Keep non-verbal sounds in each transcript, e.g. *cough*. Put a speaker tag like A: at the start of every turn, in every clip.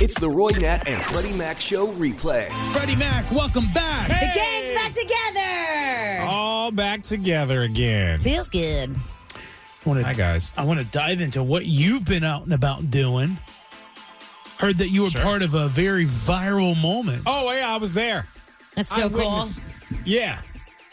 A: It's the Roy Nat and Freddie Mac show replay.
B: Freddie Mac, welcome back.
C: The gang's back together.
B: All back together again.
C: Feels good.
D: Wanna,
B: Hi, guys.
D: I want to dive into what you've been out and about doing. Heard that you were
B: Sure.
D: part of a very viral moment.
B: Oh, yeah, I was there.
C: That's
B: I
C: so cool.
B: witnessed- Yeah.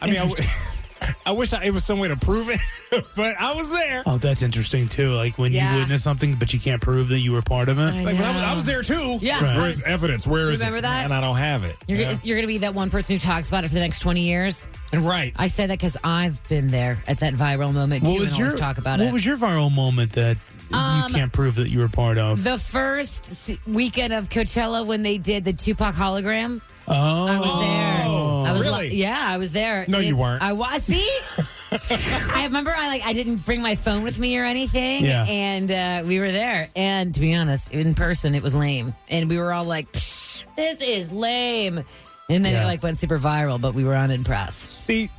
B: I mean, I, w- *laughs* I wish I, it was some way to prove it, *laughs* but I was there.
D: Oh, that's interesting too. Like when
C: Yeah.
D: you witness something, but you can't prove that you were part of it.
C: I
B: Like, when I was, I
C: know.
B: was there too.
C: Yeah. Right.
B: Where's evidence? Where is
C: Remember
B: it?
C: that?
B: And I don't have it.
C: You're,
B: Yeah.
C: gonna, you're gonna be that one person who talks about it for the next 20 years.
B: *laughs* right.
C: I say that because I've been there at that viral moment too, and always talk about
D: what
C: it. Um,
D: was your viral moment that you can't prove that you were part of?
C: the first s- weekend of Coachella when they did the Tupac hologram.
D: oh,
C: I was there. I was
B: Oh, really?
C: li- yeah, I was there.
B: No, you weren't. *laughs*
C: I was. See, I remember I like I didn't bring my phone with me or anything,
D: Yeah.
C: and uh, we were there. And to be honest, in person it was lame, and we were all like, "Psh, "This is lame." And then
D: Yeah.
C: it like went super viral, but we were unimpressed.
B: See,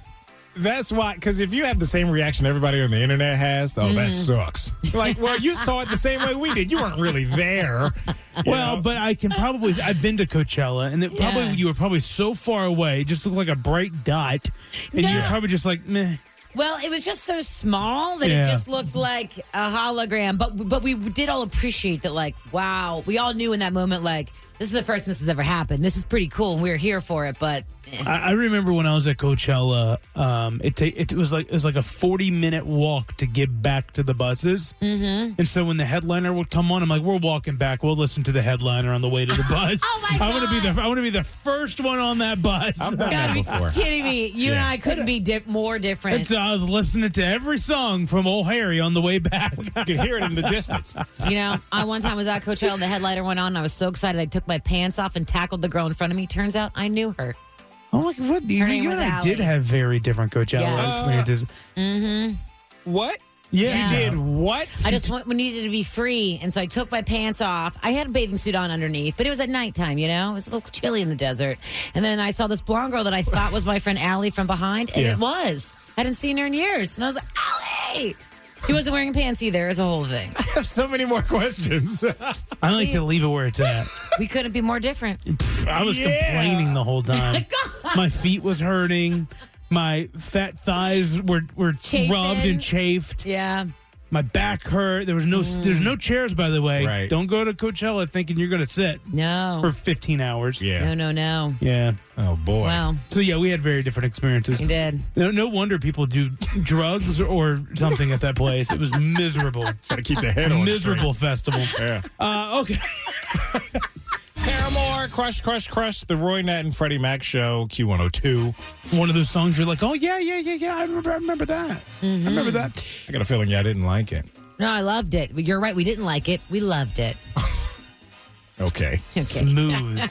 B: that's why, because if you have the same reaction everybody on the internet has, oh,
C: Mm. *laughs*
B: that sucks. Like, well, you saw it the same way we did. You weren't really
C: *laughs*
B: there. you
D: Well,
B: know?
D: but I can probably. I've been to Coachella,
C: *laughs*
D: and it
C: Yeah.
D: probably you were probably so far away, it just looked like a bright dot, and you're
C: No.
D: probably just like, meh.
C: Well, it was just so small that
D: Yeah.
C: it just looked like a hologram. But but we did all appreciate that. Like, wow, we all knew in that moment, like this is the first this has ever happened. This is pretty cool, and we were here for it. But
D: I, I remember when I was at Coachella, um, it ta- it was like it was like a forty minute walk to get back to the buses, mm-hmm. and so when the headliner would come on, I'm like, we're walking back. We'll listen to the headliner on the way to
C: *laughs*
D: the bus.
C: Oh, my
D: I want to be
C: God.
D: the I want to be the first one on that bus.
B: I've done
C: Gotta
B: that
C: be
B: before.
C: kidding me. You and I couldn't be di-
D: *laughs*
C: more
D: And
C: different.
D: so I was listening to every song from Old Harry on the way back. *laughs*
B: You can hear it in the distance.
C: you know, I one time was at Coachella and the headliner went on. And I was so excited. I took my pants off and tackled the girl in front of me. Turns out I knew her.
D: Oh my God! You,
C: Her name
D: you
C: was
D: and I
C: Ally.
D: did have very different Coachella
C: Yeah.
D: experiences.
B: What?
D: Yeah.
B: You did what?
C: I
B: *laughs*
C: just want, needed to be free. And so I took my pants off. I had a bathing suit on underneath, but it was at nighttime, you know? It was a little chilly in the desert. And then I saw this blonde girl that I thought was my friend Allie from behind, and
D: Yeah.
C: it was. I hadn't seen her in years. And I was like, Allie! She wasn't wearing pants either. It was a whole thing.
B: I have so many more questions. *laughs*
D: I like to leave it where it's at.
C: We couldn't be more
B: *laughs*
C: different.
D: I was
B: Yeah.
D: complaining the whole
C: *laughs*
D: time. my feet was hurting. My fat thighs were were
C: Chafing.
D: rubbed and chafed.
C: Yeah.
D: My back hurt. There was no there's
C: Mm.
D: no chairs by the way.
B: Right.
D: Don't go to Coachella thinking you're going to sit
C: No.
D: for 15 hours.
C: No, no, no.
D: Yeah.
B: Oh boy.
C: Wow.
D: So yeah, we had very different experiences.
C: You did.
D: No, no wonder people do drugs or something at that place. It was miserable.
B: Gotta keep the head on.
D: miserable festival.
B: straight. Yeah.
D: Uh, okay.
B: Paramore, Crush, Crush, Crush, the Roy Nat and Freddie Mac Show, Q102.
D: One of those songs you're like, "Oh yeah, yeah, yeah, yeah, I remember I remember that."
C: Mm-hmm.
D: I remember that.
B: I got a feeling y'all didn't like it.
C: No, I loved it. You're right. We didn't like it. We loved it.
B: Okay.
D: Smooth.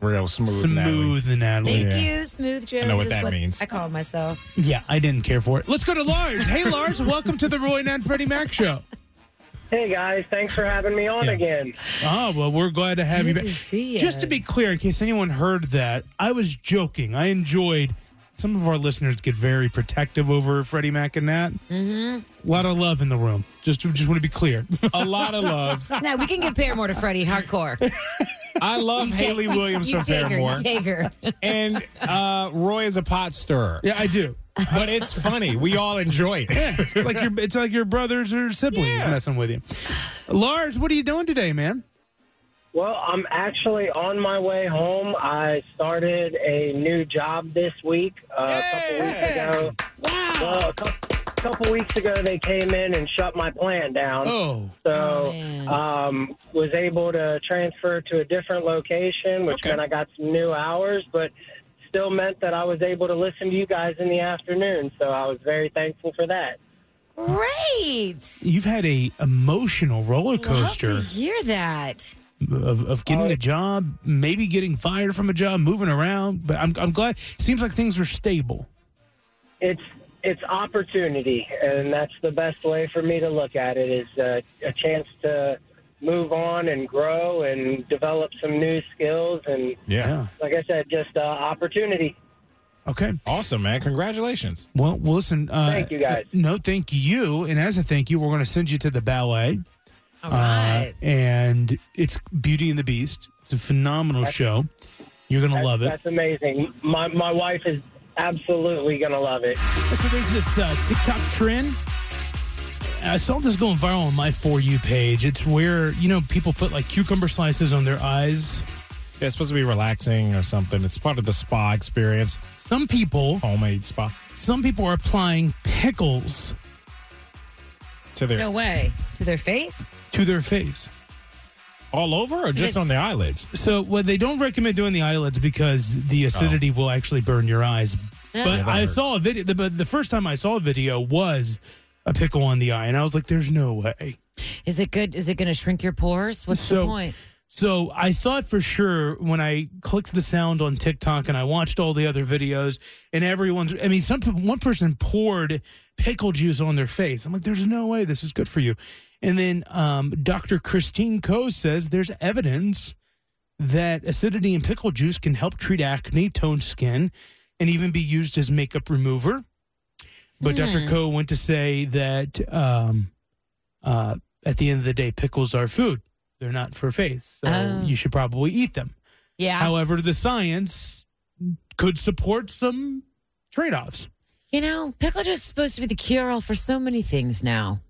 B: Real smooth. Natalie.
D: Smooth, Natalie.
C: Thank
B: Yeah.
C: you, Smooth Joe.
B: I know what
C: is
B: that means.
C: I call myself.
D: Yeah, I didn't care for it. Let's go to Lars. hey,
C: *laughs*
D: Lars, welcome to the Roy and Freddie Mac show.
E: Hey guys, thanks for having me on
D: Yeah.
E: again.
D: Oh, well, we're glad to have you
C: Good
D: back.
C: to see ya.
D: Just to be clear, in case anyone heard that, I was joking. I enjoyed. Some of our listeners get very protective over Freddie Mac and Nat. Mm-hmm. A lot of love in the room. Just, just want to be clear. *laughs*
B: A lot of love.
C: No, we can give Paramore to Freddie hardcore. *laughs*
B: I love *laughs* Haley Williams
C: you
B: from
C: take
B: Paramore.
C: Her, you take her.
B: And uh, Roy is a pot stirrer.
D: yeah, I do.
B: But it's funny. We all enjoy it. *laughs*
D: It's like your, it's like your brothers or siblings messing with you. Lars, what are you doing today, man?
E: Well, I'm actually on my way home. I started a new job this week. Uh, a couple weeks ago. Well, a couple, couple weeks ago they came in and shut my plant down.
D: Oh,
E: So,
C: Oh, man.
E: um, was able to transfer to a different location, which
B: Okay.
E: meant I got some new hours, but still meant that I was able to listen to you guys in the afternoon. So I was very thankful for that.
C: Great.
D: you've had a emotional roller
C: Love
D: coaster.
C: to hear that.
D: of, of getting a job, maybe getting fired from a job, moving around. But I'm, I'm glad. Seems like things are stable.
E: it's it's opportunity, and that's the best way for me to look at it is uh, a chance to move on and grow and develop some new skills and
B: Yeah.
E: like I said, just uh, opportunity.
D: Okay.
B: Awesome, man. Congratulations.
D: Well, well, listen. Uh,
E: Thank you, guys.
D: No, thank you. And as a thank you, we're going to send you to the ballet.
C: All
D: Uh,
C: right.
D: and it's Beauty and the Beast. It's a phenomenal show. You're going to love it.
E: That's amazing. My my wife is absolutely gonna love it.
D: So there's this uh, TikTok trend. I saw this going viral on my For You page. It's where, you know, people put like cucumber slices on their eyes.
B: Yeah, it's supposed to be relaxing or something. It's part of the spa experience,
D: Some people,
B: homemade spa
D: some people are applying pickles
B: to their
C: no way. To their face?
D: to their face.
B: all over or just on the eyelids.
D: So, well, they don't recommend doing the eyelids because the acidity will actually burn your eyes. But I
B: hurt.
D: saw a video. The, but the first time I saw a video was a pickle on the eye, and I was like, "There's no way."
C: Is it good? Is it going to shrink your pores? What's the
D: So-
C: point?
D: So I thought for sure when I clicked the sound on TikTok and I watched all the other videos and everyone's I mean some one person poured pickle juice on their face. I'm like there's no way this is good for you. And then um, Dr. Christine Coe says there's evidence that acidity in pickle juice can help treat acne, toned skin, and even be used as makeup remover. But Dr.
C: Hmm.
D: Coe went to say that um, uh, at the end of the day, pickles are food. They're not for face. So
C: Oh. Ah.
D: you should probably eat them.
C: Yeah.
D: However, the science could support some trade offs.
C: you know, pickle juice is supposed to be the cure all for so many things now.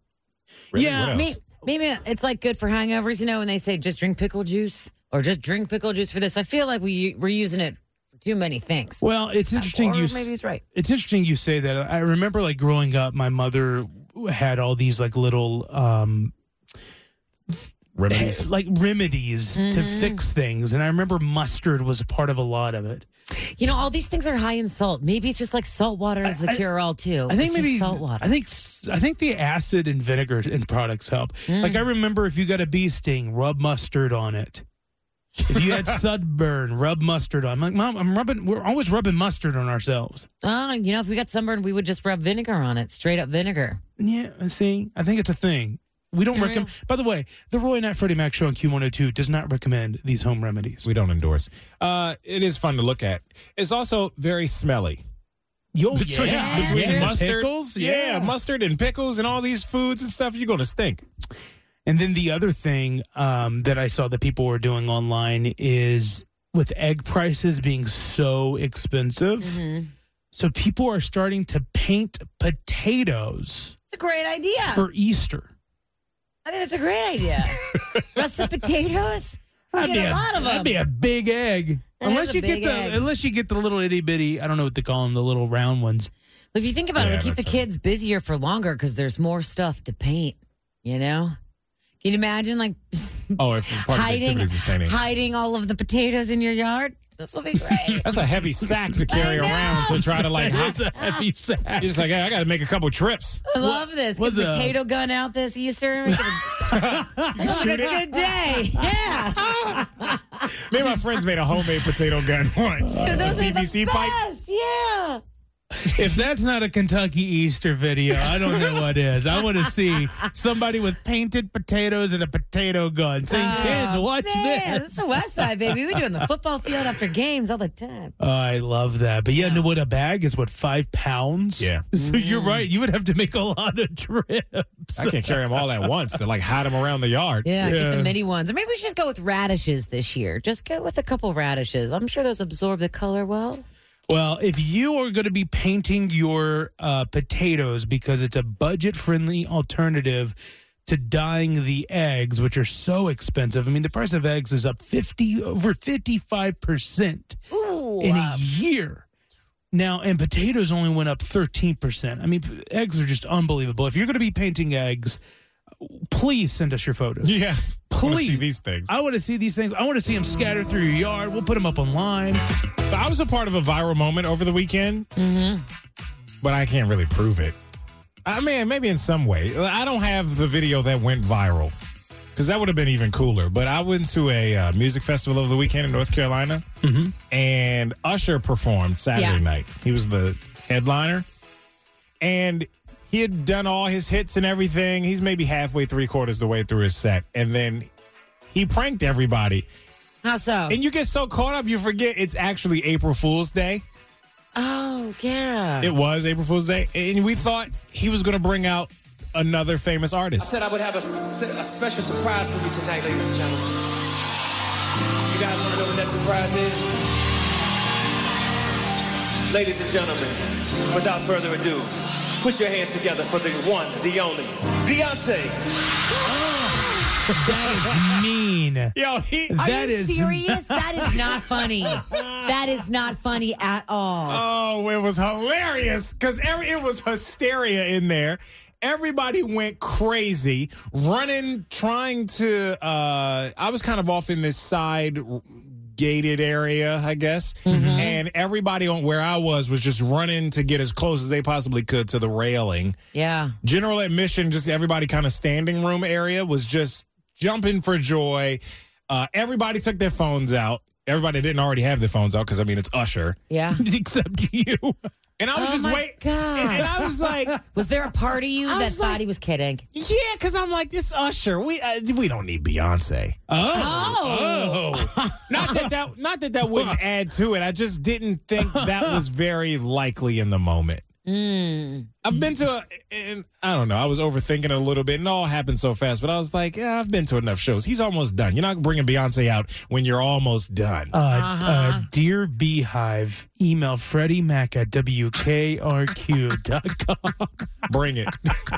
B: Really?
D: Yeah,
B: What else?
C: May- Maybe it's like good for hangovers, you know, when they say just drink pickle juice or just drink pickle juice for this. I feel like we, we're using it for too many things.
D: Well, it's interesting
C: or
D: you
C: maybe he's right.
D: It's interesting you say that. I remember like growing up, my mother had all these like little um
B: Remedies.
D: like remedies to
C: Mm-hmm.
D: fix things and i remember mustard was a part of a lot of it
C: You know, all these things are high in salt. Maybe it's just like salt water is the
D: I-
C: cure all too.
D: i think
C: It's just
D: maybe
C: salt water.
D: i think s- i think the acid and vinegar in products help
C: Mm.
D: like i remember if you got a bee sting rub mustard on it if
C: *laughs*
D: you had sunburn rub mustard on I'm like mom i'm rubbing we're always rubbing mustard on ourselves
C: Oh, you know, if we got sunburn, we would just rub vinegar on it, straight up vinegar.
D: Yeah, see, I think it's a thing. We don't recommend. By the way, the Roy and Nat Freddie Mac show on Q102 does not recommend these home remedies.
B: We don't endorse. Uh, it is fun to look at. It's also very smelly.
D: Yo,
B: Between, between
D: Yeah.
B: mustard,
D: Pickles,
B: yeah. mustard and pickles and all these foods and stuff, you're gonna stink.
D: And then the other thing um, that I saw that people were doing online is with egg prices being so expensive,
C: Mm-hmm.
D: so people are starting to paint potatoes
C: It's a great idea.
D: for Easter.
C: I think that's a great
D: *laughs*
C: idea. Russet potatoes? We
D: That'd be
C: get a lot of
D: That'd
C: them.
D: be a big egg.
C: That is
D: unless
C: a
D: you get
C: big
D: the
C: egg.
D: unless you get the little itty bitty, I don't know what they call them, the little round
C: *laughs*
D: ones.
C: But if you think about
B: Yeah,
C: it, it'll keep the
B: that's a-
C: kids busier for longer because there's more stuff to paint, you know? Can you imagine, like, *laughs*
B: Oh, if part of the
C: hiding,
B: activities is painting.
C: hiding all of the potatoes in your yard? This will be
B: *laughs*
C: great.
B: That's a heavy sack to carry
C: I know.
B: around to try
C: *laughs*
B: to like hide.
D: It's a heavy sack.
B: It's like, hey, I gotta make a couple trips.
C: I love this. Get
D: was
C: a
D: a-
C: potato gun out this
B: *laughs*
C: Easter. It's a
B: Shoot it.
C: good day.
B: *laughs*
C: Yeah.
B: Me and my friends made a homemade potato gun *laughs* once. It's
C: Those
B: a
C: are the
B: PVC pipe.
C: best. Yeah.
D: If that's not a Kentucky Easter video, I don't know what is. I want to see somebody with painted potatoes and a potato gun saying, "Kids, watch
C: Man,
D: this."
C: is the West Side, baby. We do it in the football field after games all the time.
D: Oh, I love that. But yeah, no, what a bag is what five pounds.
B: Yeah.
D: *laughs* So you're right. You would have to make a lot of trips.
B: I can't carry them all at once to like hide them around the yard.
C: Yeah, get
D: Yeah.
C: the mini ones. Or maybe we should just go with radishes this year. Just go with a couple radishes. I'm sure those absorb the color well.
D: Well, if you are going to be painting your uh, potatoes because it's a budget friendly alternative to dyeing the eggs, which are so expensive. I mean, the price of eggs is up 50 over 55%
C: Ooh.
D: in a year. Now, and potatoes only went up 13%. I mean, p- eggs are just unbelievable. If you're going to be painting eggs, please send us your photos.
B: Yeah. *laughs* I wanna see
D: Please.
B: these things.
D: I want to see these things. I want to see them scattered through your yard. We'll put them up online.
B: So I was a part of a viral moment over the weekend, but I can't really prove it. I mean, maybe in some way. I don't have the video that went viral because that would have been even cooler. But I went to a uh, music festival over the weekend in North Carolina, and Usher performed Saturday
C: Yeah.
B: night. He was the headliner, and he had done all his hits and everything. He's maybe halfway, three quarters the way through his set, and then he pranked everybody.
C: How so?
B: And you get so caught up, you forget it's actually April Fool's Day.
C: oh, yeah.
B: It was April Fool's Day, and we thought he was going to bring out another famous artist.
F: said I would have a, se- a special surprise for you tonight, ladies and gentlemen. You guys want to know what that surprise is? Ladies and gentlemen, without further ado, put your hands together for the one, the only, Beyonce.
D: That is mean.
B: Yo, he.
C: Are
D: That
C: you
D: is-
C: serious? that is not funny. That is not funny at all.
B: Oh, it was hilarious because it was hysteria in there. Everybody went crazy, running, trying to. Uh, I was kind of off in this side gated area, I guess, and everybody on where I was was just running to get as close as they possibly could to the railing.
C: yeah.
B: general admission, just everybody kind of standing room area was just jumping for joy. Uh, everybody took their phones out. Everybody didn't already have their phones out because I mean it's Usher.
C: Yeah.
D: *laughs* Except you.
B: And I was
C: Oh
B: just
C: my
B: waiting.
C: God.
B: And *laughs* I was like,
C: Was there a part of you that
B: was
C: thought
B: like-
C: he was kidding?
B: yeah, because I'm like, it's Usher. We uh, we don't need Beyonce.
D: Oh.
B: *laughs* Not that that not that
D: *laughs*
B: that wouldn't add to it. I just didn't think that was very likely in the moment.
D: Mm.
B: I've been to a, and I don't know. I was overthinking it a little bit, and it all happened so fast. But I was like, yeah, I've been to enough shows. He's almost done. You're not bringing Beyonce out when you're almost done.
D: Uh,
C: Uh-huh.
D: uh, dear Beehive, email Freddie Mac at WKRQ.com.
B: Bring it.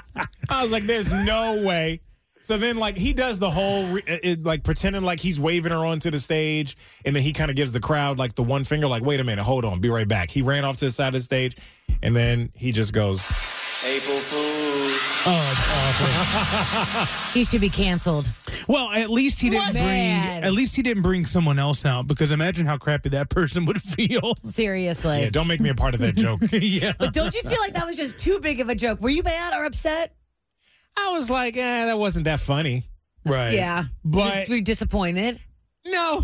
B: *laughs* I was like, there's no way. So then, like, he does the whole re- it, it, like pretending like he's waving her onto the stage, and then he kind of gives the crowd like the one finger, like, wait a minute, hold on, be right back. He ran off to the side of the stage, and then he just goes.
F: April Fools.
D: oh, it's awful.
C: He should be canceled.
D: *laughs* Well, at least he didn't
C: What?
D: bring
C: Man.
D: at least he didn't bring someone else out because imagine how crappy that person would *laughs* feel.
C: Seriously.
B: Yeah, don't make me a part of that joke.
D: yeah.
C: But don't you feel like that was just too big of a joke? Were you mad or upset?
B: I was like, eh, that wasn't that funny.
D: Right.
C: Yeah.
B: But-
C: were you disappointed?
B: No.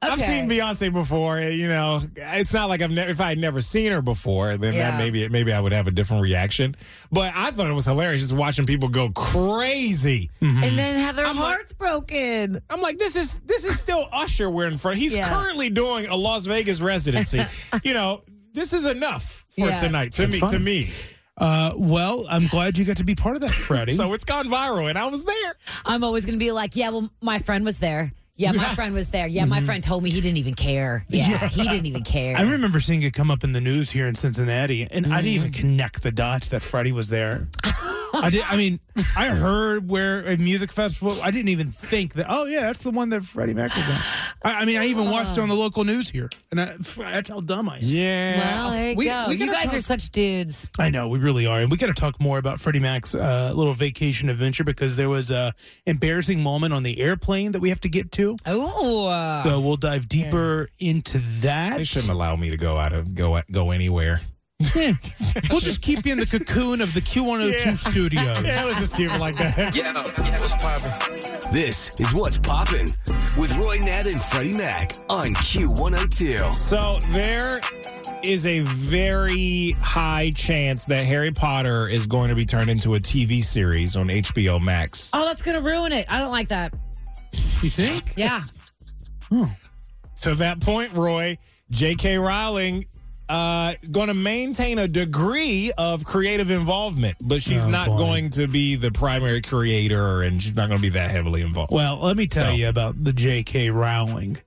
B: I've
C: Okay.
B: seen Beyonce before, eh, you know. It's not like I've never if I had never seen her before, then
C: Yeah.
B: that maybe maybe I would have a different reaction. But I thought it was hilarious just watching people go crazy.
C: And then have their
B: I'm like-
C: hearts broken.
B: I'm like, this is this is still Usher we're in front. He's
C: Yeah.
B: currently doing a Las
C: *laughs*
B: Vegas residency. you know, this is enough for
C: Yeah.
B: tonight for me to
D: fun.
B: me.
D: Uh, well, I'm glad you got to be part of that, *laughs* Freddie.
B: So it's gone viral and I was there.
C: I'm always going to be like, yeah, well, my friend was there. Yeah, my friend was there. Yeah, my friend told me he didn't even care. Yeah, he didn't even care.
D: I remember seeing it come up in the news here in Cincinnati, and I didn't
B: Mm.
D: even connect the dots that Freddie was there. I did. I mean, I heard where a music festival. I didn't even think that. Oh yeah, that's the one that Freddie Mac was on. I, I mean, I even watched it on the local news here, and I, that's how dumb I am.
B: Yeah.
C: well, there you
D: We-
C: go.
D: we
C: you
D: gotta
C: guys are
D: talk-
C: such dudes.
D: I know we really are, and we got to talk more about Freddie Mac's uh, little vacation adventure because there was a embarrassing moment on the airplane that we have to get to.
C: Oh,
D: So we'll dive deeper into that.
B: Ah, They shouldn't allow me to go out of go go anywhere.
D: We'll just keep you in the cocoon of the Q102
B: *laughs* Yeah.
D: studios.
B: Yeah, let's just keep it like that.
A: This is What's Poppin' with Roy Nat and Freddie Mac on Q102.
B: *laughs* So there is a very high chance that Harry Potter is going to be turned into a TV series on HBO Max.
C: oh, that's gonna ruin it. I don't like that.
D: You think?
C: Yeah,
B: To that point, Roy, J.K. Rowling uh going to maintain a degree of creative involvement, but she's
D: Oh,
B: not
D: boy.
B: going to be the primary creator and she's not going to be that heavily involved.
D: Well, let me tell
B: So-
D: you about the J.K. Rowling.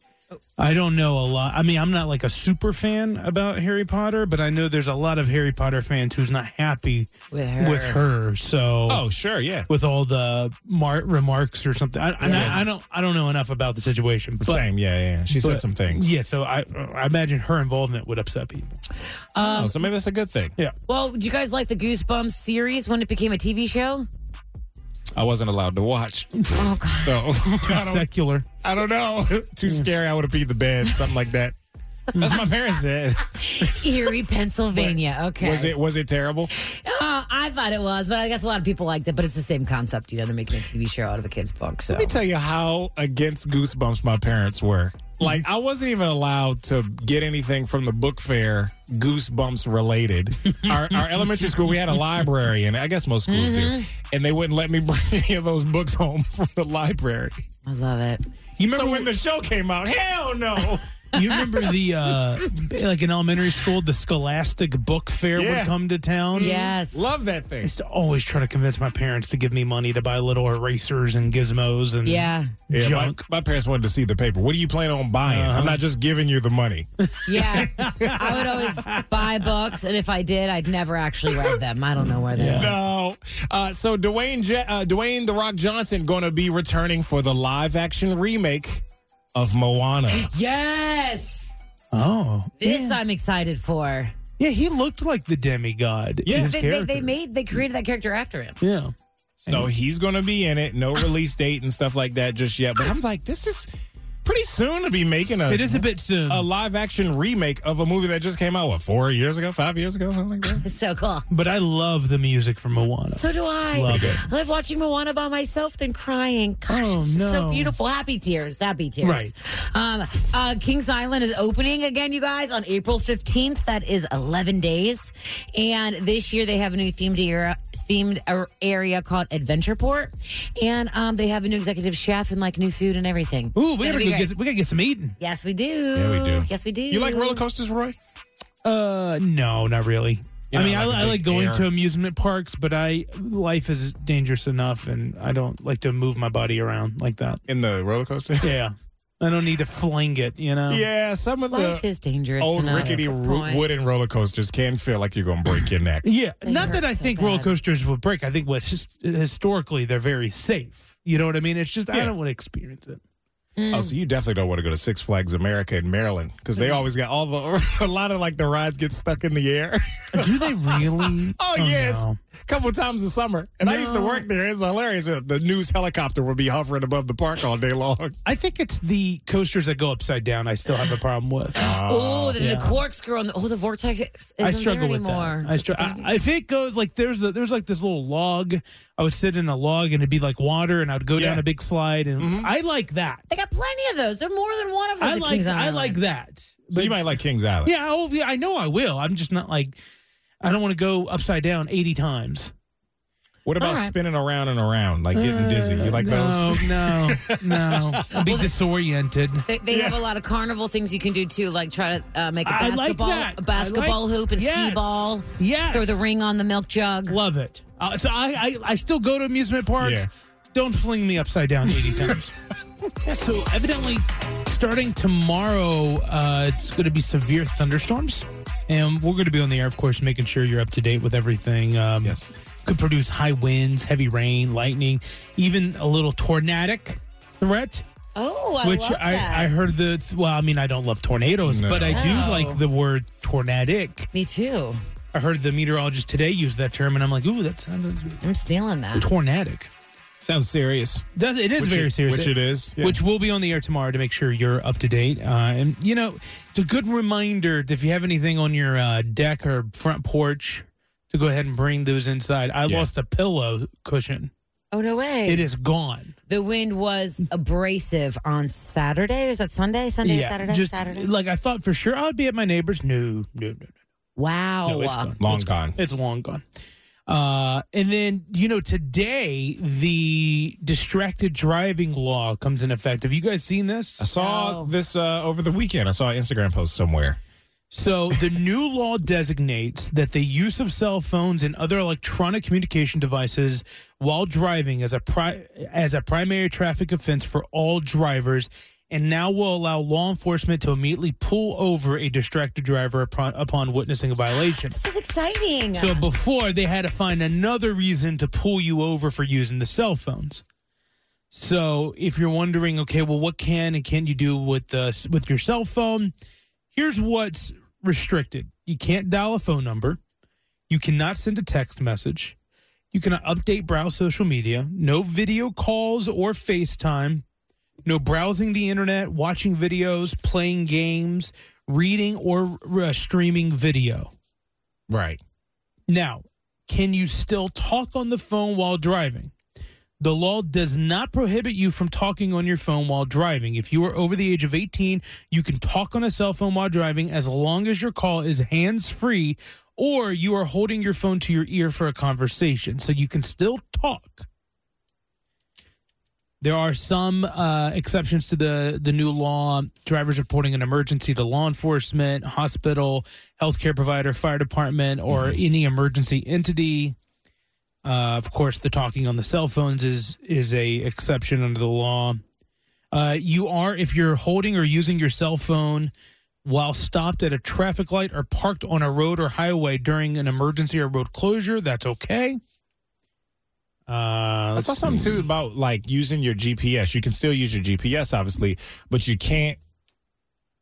D: I don't know a lot. I mean, I'm not like a super fan about Harry Potter, but I know there's a lot of Harry Potter fans who's not happy
C: With her.
D: With her, so
B: oh, sure, yeah.
D: with all the mar- remarks or something. I, and I, I don't, I don't know enough about the situation. But,
B: Same, yeah, yeah. She said
D: but-
B: some things.
D: Yeah, so I, I imagine her involvement would upset people.
B: Oh, so maybe that's a good thing.
D: Yeah.
C: Well, do you guys like the Goosebumps series when it became a TV show?
B: I wasn't allowed to watch.
C: Oh *laughs* God,
B: So *laughs*
D: *laughs*
B: I don't
D: Secular.
B: I don't know.
D: *laughs*
B: Too scary. I would have peed the bed, something like that. That's what my parents said.
C: Erie, Pennsylvania. Okay,
B: Was it was it terrible?
C: Uh, I thought it was, but I guess a lot of people liked it. But it's the same concept, you know. They're making a TV show out of a kid's book. So
B: Let me tell you how against Goosebumps my parents were. Like, I wasn't even allowed to get anything from the book fair Goosebumps
D: *laughs*
B: related. our, our elementary school, we had a library, and I guess most schools do.
D: Mm-hmm.
B: And they wouldn't let me *laughs* bring any of those books home from the library.
C: I love it.
D: You remember
B: So when the show came out,
D: *laughs*
B: hell no.
D: You remember the uh *laughs* like in elementary school, the Scholastic Book Fair
B: Yeah.
D: would come to town.
C: Yes.
B: Love that
D: I
B: thing.
D: used to always try to convince my parents to give me money to buy little erasers and gizmos and
C: Yeah.
B: Yeah, my-
D: junk. Uh-huh.
B: My, parents wanted to see the paper. What do you plan on buying? I'm not just giving you the money.
C: Yeah. I would always buy books, and if I did, I'd never actually read them. I don't know where they are.
B: No. Uh, so Dwayne Je- uh, Dwayne the Rock Johnson going to be returning for the live action remake
C: *gasps*
B: of Moana.
C: Yes.
D: Oh,
C: This I'm excited for.
D: yeah, he looked like the demigod.
B: Yeah.
D: in his
C: They, they, they
D: character.
C: made they created that character after him.
D: yeah.
B: so he's going to be in
C: *gasps*
B: it. No release date and stuff like that just yet. But I'm like, this is pretty soon to be making a
D: It is a bit soon.
B: a live action remake of a movie that just came out what four years ago, five years ago, something like that.
C: It's so cool.
D: but I love the music from Moana.
C: So do I.
D: Love it.
C: I love watching Moana by myself, then crying. Gosh,
D: Oh,
C: it's so
D: no.
C: beautiful. Happy tears. Happy tears.
D: Right.
C: Um, uh, Kings Island is opening again, you guys, on April 15th. That is 11 days. And this year they have a new themed era. Themed ar- area called Adventure Port, and um, they have a new executive chef and like new food and everything.
D: Ooh, we
C: That'd
D: gotta
C: be
D: go
C: great.
D: get we gotta get some eating.
C: Yes, we do.
B: Yeah, we do.
C: Yes, we do.
B: You like roller coasters, Roy?
D: Uh, no, not really.
B: You
D: I
B: know,
D: mean, I,
B: like a
D: I like
B: big
D: going
B: air-
D: to amusement parks, but I life is dangerous enough, and I don't like to move my body around like that.
B: In the roller *laughs* coaster?
D: Yeah, I don't need to fling it. You know.
B: Yeah, some of the
C: Life is dangerous.
B: old
C: enough.
B: rickety
C: Good
B: ro-
C: point.
B: wooden roller coasters can feel like you're going to break your neck.
D: Yeah,
C: They
D: not that
C: hurt
D: I
C: so
D: think roller
C: bad.
D: coasters will break. I think what his- historically they're very safe. You know what I mean? It's just I
B: Yeah.
D: don't want to experience it.
B: Oh, so you definitely don't want to go to Six Flags America in Maryland because they always got all the *laughs* a lot of like the rides get stuck in the air. *laughs*
D: Do they *laughs* really?
B: oh, yes,
D: no.
B: a couple times a summer, and I used to
D: No.
B: work there. It's hilarious. Uh, The news helicopter would be hovering above the park all day *laughs* long.
D: I think it's the coasters that go upside down. I still have a problem
C: *sighs*
D: with.
C: Oh, the,
D: yeah.
C: the corkscrew on the oh the vortex isn't
D: Ah. I struggle
C: there
D: with
C: anymore.
D: that. I str- I, if it goes like there's a, there's like this little log, I would sit in a log and it'd be like water, and I'd go down
B: Yeah. Mm-hmm.
D: a big slide, and I like that.
C: they got plenty of those. There are more than one of those.
D: I
C: at
D: like
C: Kings
D: I
C: Island.
D: like that.
B: But you might like Kings Island.
D: Yeah, I'll, yeah, I know I will. I'm just not like I don't want to go upside down 80 times.
B: What about
C: Alright.
B: spinning around and around, like getting dizzy? You like
D: no,
B: those?
D: no, *laughs* no. I'd be disoriented.
C: They, they have a lot of carnival things you can do too, like try to uh, make a
D: I like
C: basketball,
D: that.
C: a basketball
D: I like-
C: hoop and
D: Yes.
C: skee ball.
D: Yes.
C: Throw the ring on the milk jug.
D: Love it. Uh, so I, I I still go to amusement parks.
B: Yeah.
D: Don't fling me upside down *laughs* 80 times. Yeah, so evidently, starting tomorrow, uh, it's going to be severe thunderstorms. And we're going to be on the air, of course, making sure you're up to date with everything. Um,
B: Yes.
D: Could produce high winds, heavy rain, lightning, even a little tornadic threat.
C: Oh, I
D: which
C: love
D: I,
C: that.
D: I heard the well, I mean, I don't love tornadoes,
B: No.
D: but I
C: No.
D: do like the word tornadic.
C: Me too.
D: I heard the meteorologist today use that term, and I'm like, ooh, that sounds
C: I'm stealing that.
D: tornadic.
B: Sounds serious.
D: Does it is
B: Which
D: very
B: it-
D: serious,
B: which it is, yeah.
D: Which will be on the air tomorrow to make sure you're up to date. Uh, and you know, it's a good reminder if you have anything on your uh, deck or front porch to go ahead and bring those inside. I
B: Yeah.
D: lost a pillow cushion;
C: Oh no way.
D: it is gone.
C: The wind was abrasive on Saturday. Is that Sunday? Sunday or Saturday?
D: just
C: Saturday.
D: like I thought for sure I'd be at my neighbor's. No, no, no, no.
C: wow.
D: No, it's gone.
B: Long
D: It's
B: gone.
D: It's long gone. Uh, and then you know today the distracted driving law comes in effect. Have you guys seen
B: I
D: this?
B: saw
C: Oh.
B: this uh, over the weekend. I saw an Instagram post somewhere.
D: So the new law designates that the use of cell phones and other electronic communication devices while driving as a pri- as a primary traffic offense for all drivers, and now will allow law enforcement to immediately pull over a distracted driver upon, upon witnessing a violation.
C: This is exciting.
D: So before they had to find another reason to pull you over for using the cell phones. So if you're wondering, okay, well, what can and can you do with the with your cell phone? Here's what's restricted: you can't dial a phone number, you cannot send a text message, you cannot update, browse social media, no video calls or FaceTime, no browsing the internet, watching videos, playing games, reading or uh, streaming video.
B: Right.
D: Now, can you still talk on the phone while driving? The law does not prohibit you from talking on your phone while driving. If you are over the age of 18, you can talk on a cell phone while driving as long as your call is hands free or you are holding your phone to your ear for a conversation. So you can still talk. There are some uh, exceptions to the, the new law. Drivers reporting an emergency to law enforcement, hospital, healthcare provider, fire department, or any emergency entity. Uh, of course, the talking on the cell phones is is a exception under the law. Uh, you are if you're holding or using your cell phone while stopped at a traffic light or parked on a road or highway during an emergency or road closure. That's okay. Uh,
B: I saw something too about like using your GPS. You can still use your GPS, obviously, but you can't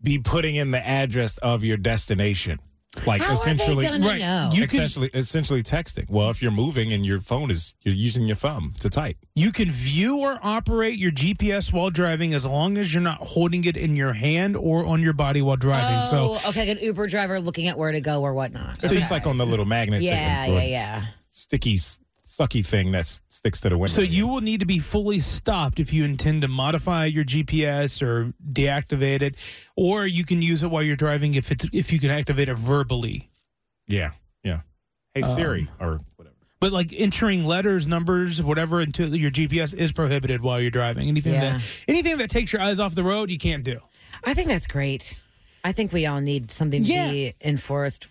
B: be putting in the address of your destination. Like
C: How are they
B: essentially,
C: gonna Right. know?
D: You can-
B: essentially, essentially texting. Well, if you're moving and your phone is, you're using your thumb to type.
D: You can view or operate your GPS while driving as long as you're not holding it in your hand or on your body while driving. so
C: Oh, okay, like an Uber driver looking at where to go or whatnot.
B: If it's like on the little magnet,
C: Yeah,
B: thing, or
C: yeah, yeah.
B: s- Sticky, s- sucky thing that s- sticks to the window.
D: So you will need to be fully stopped if you intend to modify your GPS or deactivate it, or you can use it while you're driving if it's if you can activate it verbally.
B: yeah, yeah. Hey
D: Um,
B: Siri, or whatever.
D: But like entering letters, numbers, whatever into your GPS is prohibited while you're driving. Anything
C: Yeah.
D: that anything that takes your eyes off the road, you can't do.
C: I think that's great. I think we all need something to
D: Yeah.
C: be enforced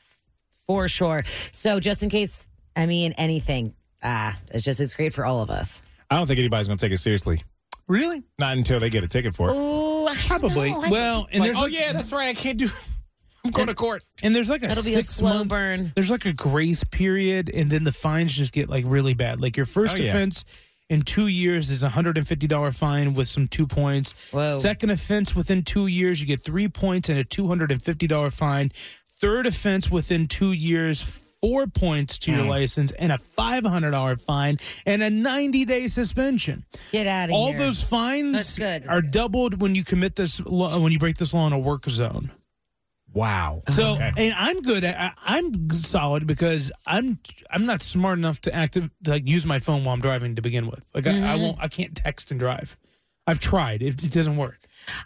C: for sure. So just in case, I mean anything. Ah, it's just it's great for all of us.
B: I don't think anybody's gonna take it seriously.
D: Really?
B: Not until they get a ticket for it.
C: Ooh,
D: Probably. well, and
B: Like,
D: there's
B: oh
D: like,
B: yeah, that's right. I can't do. I'm going to court.
D: and there's like a
C: that'll be a
D: six
C: slow
D: month-
C: burn.
D: There's like a grace period, and then the fines just get like really bad. Like your first
B: Oh, yeah.
D: offense in two years is a hundred and fifty dollar fine with some two points.
C: Whoa.
D: Second offense within two years, you get three points and a two hundred and fifty dollar fine. Third offense within two years, four points to your
B: Mm.
D: license and a five hundred dollar fine and a ninety day suspension.
C: Get out of
D: All
C: here.
D: those fines
C: That's good, that's
D: are
C: good.
D: doubled when you commit this law, when you break this law in a work zone.
B: Wow.
D: So
B: Okay.
D: and I'm good at I, I'm solid because I'm I'm not smart enough to active to like use my phone while I'm driving to begin with. Like I, I won't I can't text and drive. I've tried. It, it doesn't work.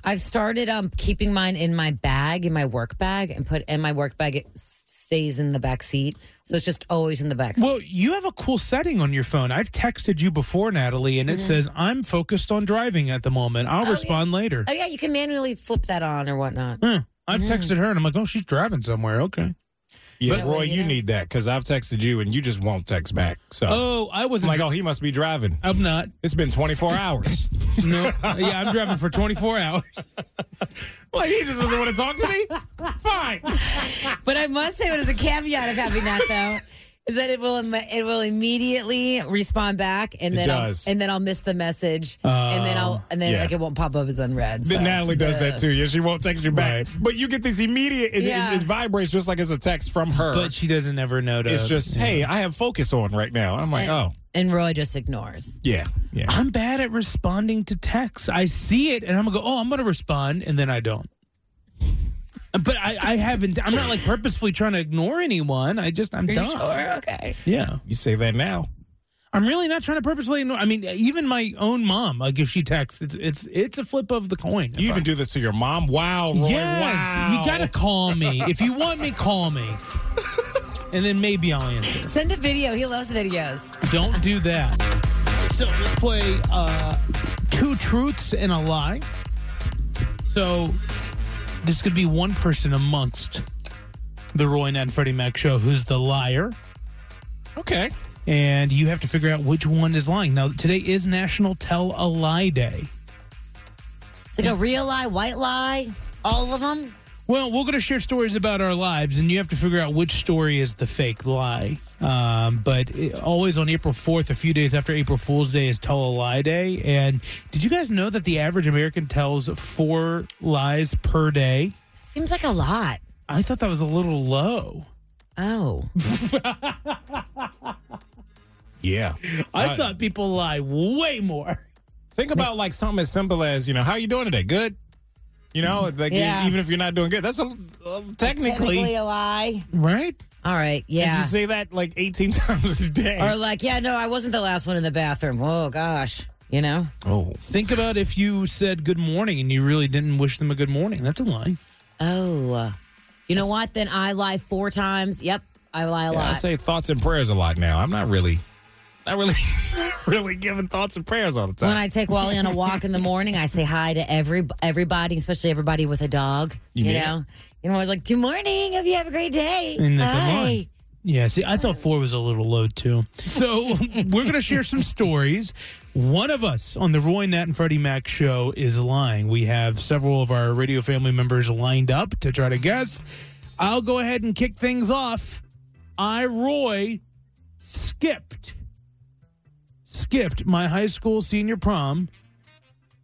C: I've started um keeping mine in my bag, in my work bag, and put in my work bag. It s- stays in the back seat, so it's just always in the back seat.
D: Well, you have a cool setting on your phone. I've texted you before, Natalie, and it says I'm focused on driving at the moment. I'll respond later.
C: oh yeah, you can manually flip that on or whatnot.
D: Huh. I've texted her and I'm like, oh, she's driving somewhere. Okay.
B: Yeah,
C: But-
B: Roy, you need that because I've texted you and you just won't text back. So
D: Oh, I
B: I'm
D: wasn't.
B: like, oh, he must be driving.
D: I'm not.
B: It's been 24 hours.
D: No. *laughs* yeah, I'm driving for 24 hours.
B: like he just doesn't want to talk to me. Fine.
C: But I must say, what is a caveat of having that though? Is that it will im- it will immediately respond back, and
B: It
C: then I'll,
B: does.
C: and then I'll miss the message, and then I'll and then
B: yeah.
C: like it won't pop up as unread. So.
B: Then Natalie does that too. Yeah, she won't text you back,
D: Right.
B: but you get this immediate. It, it-
C: Yeah.
B: it, vibrates just like it's a text from her.
D: But she doesn't ever know. to-
B: it's just, hey, I have focus on right now. I'm like, oh,
C: and Roy just ignores.
B: yeah, yeah.
D: I'm bad at responding to texts. I see it and I'm gonna go, oh, I'm gonna respond, and then I don't. But I, I haven't. I'm not like purposefully trying to ignore anyone. I just I'm done.
C: Okay.
D: Yeah,
B: You say that now.
D: I'm really not trying to purposely ignore. I mean, even my own mom. Like if she texts, it's it's it's a flip of the coin.
B: You even do this to your mom. Wow, Roy.
D: yes,
B: wow.
D: you gotta call me if you want me. Call me, and then maybe I'll answer.
C: Send a video. He loves videos.
D: Don't do that. So let's play uh, two truths and a lie. So this could be one person amongst the Roy Nat and Freddie Mac show who's the liar,
B: Okay.
D: and you have to figure out which one is lying. Now today is National Tell a Lie Day.
C: Like a real lie, white lie, all of them.
D: Well, we're going to share stories about our lives, and you have to figure out which story is the fake lie. Um, but it, always on April 4th, a few days after April Fool's Day, is Tell a Lie Day. And did you guys know that the average American tells four lies per day?
C: Seems like a lot.
D: I thought that was a little low.
C: Oh,
B: Yeah.
D: I
B: Uh,
D: thought people lie way more.
B: Think about like something as simple as you know, how you doing today? Good. You know, like
C: Mm-hmm.
B: e-,
C: Yeah.
B: even if you're not doing good, that's a, uh, technically,
C: a lie.
D: Right?
C: All right.
B: If
C: Yeah.
B: you say that like 18 *laughs* times a day.
C: Or like, yeah, no, I wasn't the last one in the bathroom. Oh gosh. You know?
B: oh.
D: Think about if you said good morning and you really didn't wish them a good morning. That's a lie.
C: Oh. You know what? Then I lie four times. Yep. I lie a
B: Yeah, I
C: lot.
B: say thoughts and prayers a lot now. I'm not really, not really, *laughs* really giving thoughts and prayers all the time.
C: when I take Wally on a walk in the morning, I say hi to every everybody, especially everybody with a dog. You,
B: mean
C: know? You know, I was like, Good morning, hope you have a great day.
D: And that's
C: hi.
D: a lie. Yeah, see, I thought four was a little low too. So *laughs* we're going to share some stories. One of us on the Roy Nat and Freddie Mac show is lying. We have several of our radio family members lined up to try to guess. I'll go ahead and kick things off. I, Roy, skipped, skipped my high school senior prom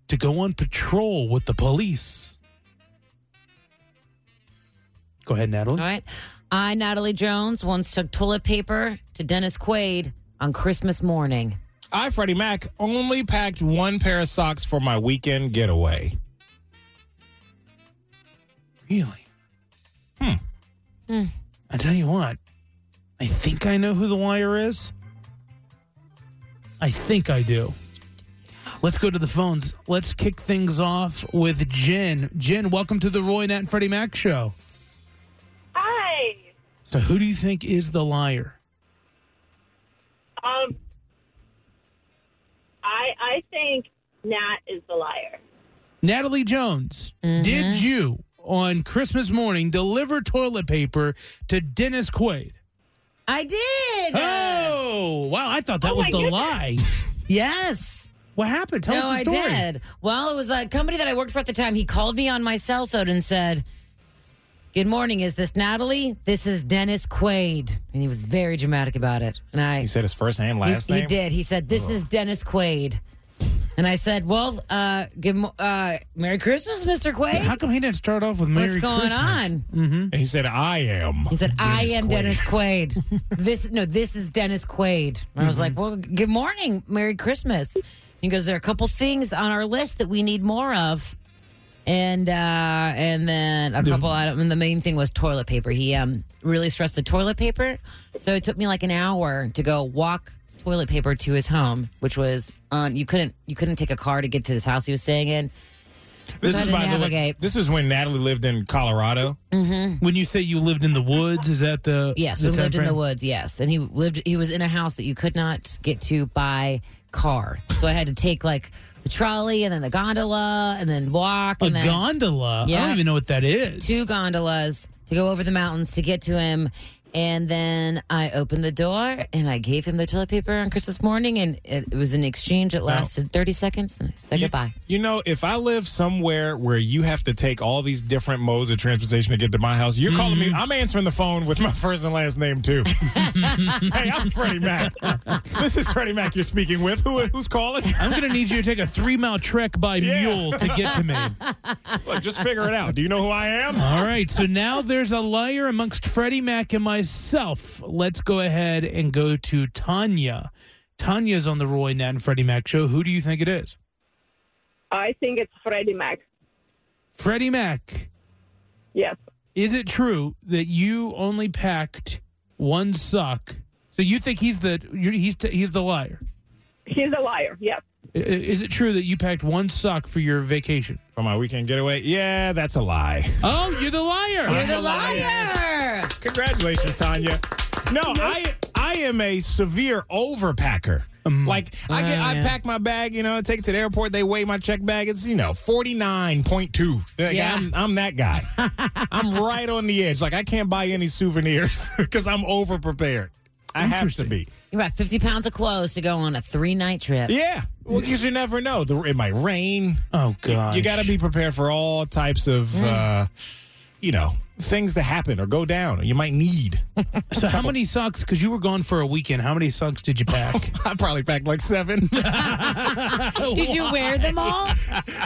D: to go on patrol with the police. Go ahead, Natalie.
C: All right. I, Natalie Jones, once took toilet paper to Dennis Quaid on Christmas morning.
B: I, Freddie Mac, only packed one pair of socks for my weekend getaway.
D: Really? Hmm. I tell you what, I think I know who the liar is. I think I do. Let's go to the phones. Let's kick things off with Jen. Jen, welcome to the Roy Nat and Freddie Mac show.
G: Hi.
D: So, who do you think is the liar?
G: Um, I I think Nat is the liar.
D: Natalie Jones,
C: Mm-hmm.
D: did you on Christmas morning deliver toilet paper to Dennis Quaid?
C: I did.
D: Oh, wow. I thought that was the lie.
C: Yes.
D: What happened? Tell
C: no,
D: us the story.
C: I did. Well, it was a company that I worked for at the time. He called me on my cell phone and said, Good morning. Is this Natalie? This is Dennis Quaid. And he was very dramatic about it. And I,
B: He said his first and
C: he,
B: last
C: he
B: name.
C: did. He said, This is Dennis Quaid. And I said, Well, uh, good, mo- uh, Merry Christmas, Mr. Quaid.
D: How come he didn't start off with Merry
C: What's going
D: Christmas?
C: on?
B: And he said, I am.
C: He said, "I am Dennis Quaid." *laughs* Mm-hmm. this no, this is Dennis Quaid. And I was like, "Well, good morning, Merry Christmas." He goes, "There are a couple things on our list that we need more of." And uh, and then a couple items. And the main thing was toilet paper. He um, really stressed the toilet paper, so it took me like an hour to go walk toilet paper to his home, which was on. You couldn't you couldn't take a car to get to this house he was staying in.
B: This
C: Try
B: is
C: to
B: by the way,
C: navigate.
B: this is when Natalie lived in Colorado.
D: When you say you lived in the woods, is that the
C: Yes,
D: the
C: we lived in the
D: timeframe?
C: woods. Yes, and he lived. He was in a house that you could not get to by car, so I had to take like the trolley and then the gondola and then walk
D: A
C: and then
D: gondola. I
C: Yeah.
D: don't even know what that is.
C: two gondolas to go over the mountains to get to him. And then I opened the door and I gave him the toilet paper on Christmas morning, and it, it was an exchange. It lasted thirty seconds, and I said goodbye.
B: You know, if I live somewhere where you have to take all these different modes of transportation to get to my house, you're calling me. I'm answering the phone with my *laughs* first and last name too. hey, I'm Freddie Mac. this is Freddie Mac you're speaking with. Who, who's calling?
D: I'm going to need you to take a three mile trek by
B: Yeah.
D: mule to get *laughs* to me.
B: Look, just figure it out. Do you know who I am?
D: All right. So now there's a liar amongst Freddie Mac and myself. Let's go ahead and go to Tanya. Tanya's on the Roy Nat and Freddie Mac show. Who do you think it is?
G: I think it's Freddie Mac.
D: Freddie Mac,
G: Yes.
D: is it true that you only packed one sock? So you think he's the you're- he's he's the liar?
G: He's a liar. Yes.
D: I- Is it true that you packed one sock for your vacation?
B: For my weekend getaway? Yeah, that's a lie.
D: Oh, you're the liar.
C: You're the liar.
B: Congratulations, Tanya. No, I I am a severe overpacker.
D: Mm.
B: Like I get, I pack my bag, you know, I take it to the airport. They weigh my check bag. It's you know forty nine point two.
C: Yeah.
B: I'm, I'm
C: *laughs*
B: that guy. I'm right on the edge. Like I can't buy any souvenirs *laughs* because I'm over prepared. I have to
D: Interesting.
B: be.
C: You brought fifty pounds of clothes to go on a three night trip.
B: Yeah, well, because you never know. The, it might rain.
D: Oh god.
B: You got to be prepared for all types of,
C: Mm.
B: uh, you know, things to happen or go down. Or you might need.
D: So how many socks cuz you were gone for a weekend. How many socks did you pack?
B: *laughs* I probably packed like seven.
C: Did you wear them all?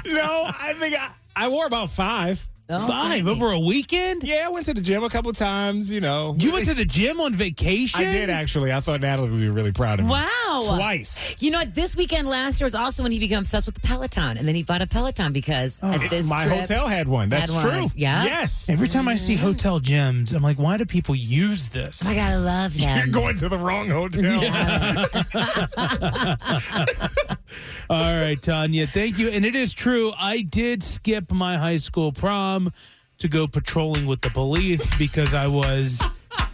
B: No, I think I, I wore about five.
D: *laughs* *laughs*
C: Oh,
D: Five over a weekend?
B: Yeah, I went to the gym a couple of times. You know,
D: You went to the gym on vacation?
B: I did actually. I thought Natalie would be really proud of me.
C: Wow.
B: Twice.
C: You know what? This weekend last year was also when he became obsessed with the Peloton, and then he bought a Peloton because
D: Oh,
C: at this
B: My
C: trip-
B: hotel had one. That's
C: Had
B: true.
C: one. Yeah.
B: Yes.
D: Every time I see hotel gyms, I'm like, why do people use this?
C: Oh my God,
D: *laughs*
C: I love them.
B: *laughs* You're going to the wrong hotel.
D: All right, Tanya, thank you. And it is true, I did skip my high school prom to go patrolling with the police because I was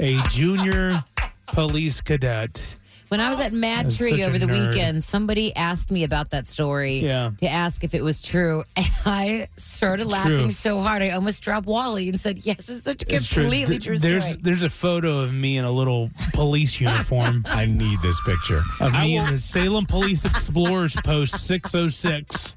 D: a junior police cadet.
C: When I was at Mad
D: was such
C: Tree
D: a
C: over the
D: nerd.
C: weekend, somebody asked me about that story
D: Yeah.
C: to ask if it was true. *laughs* And I started laughing
D: true.
C: so hard I almost dropped Wally and said, Yes, it's such a
D: It's
C: completely
D: Th-
C: true,
D: there's
C: story.
D: there's a photo of me in a little police uniform
B: *laughs* I need this picture.
C: *laughs*
D: of
B: I
D: me
B: will-
D: in the Salem Police Explorers Post 606.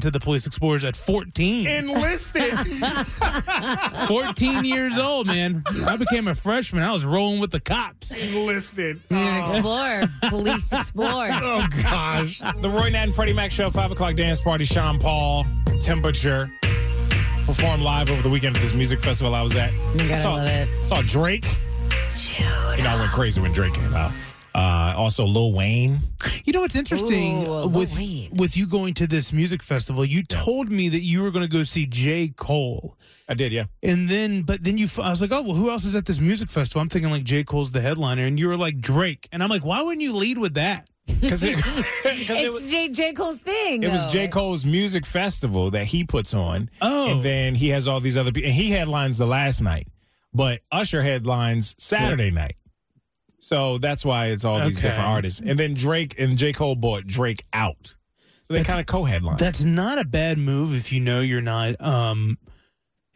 D: to the police explorers at 14. *laughs*
B: Enlisted.
D: 14 years old, man. I became a freshman. I was rolling with the cops.
B: Enlisted.
C: You're an explorer,
H: *laughs*
C: police explorer.
B: Oh gosh. The Roy Nat and Freddie Mac Show, five o'clock dance party, Sean Paul, Temperature. Performed live over the weekend at this music festival I was at.
C: gotta
B: saw,
C: love it.
B: saw Drake. You know, I went crazy when Drake came out. Uh, also Lil Wayne.
D: You know what's interesting
C: Ooh,
D: with
C: Lorraine.
D: with you going to this music festival? You told me that you were going to go see J. Cole,
B: I did, yeah.
D: and then but then you f- I was like, oh well, who else is at this music festival? I'm thinking like J. Cole's the headliner, and you were like Drake, and I'm like, why wouldn't you lead with that?
B: Because *laughs* it, 'cause it was
C: *laughs* It's J. J. Cole's thing.
B: it was
C: though.
B: J. Cole's music festival that he puts on.
D: Oh.
B: And then he has all these other people. And he headlines the last night, but Usher headlines Saturday night. So that's why it's all these
D: Okay.
B: different artists. And then Drake and J. Cole bought Drake out. So they
D: That's-
B: kind of co headlined.
D: That's not a bad move if you know you're not um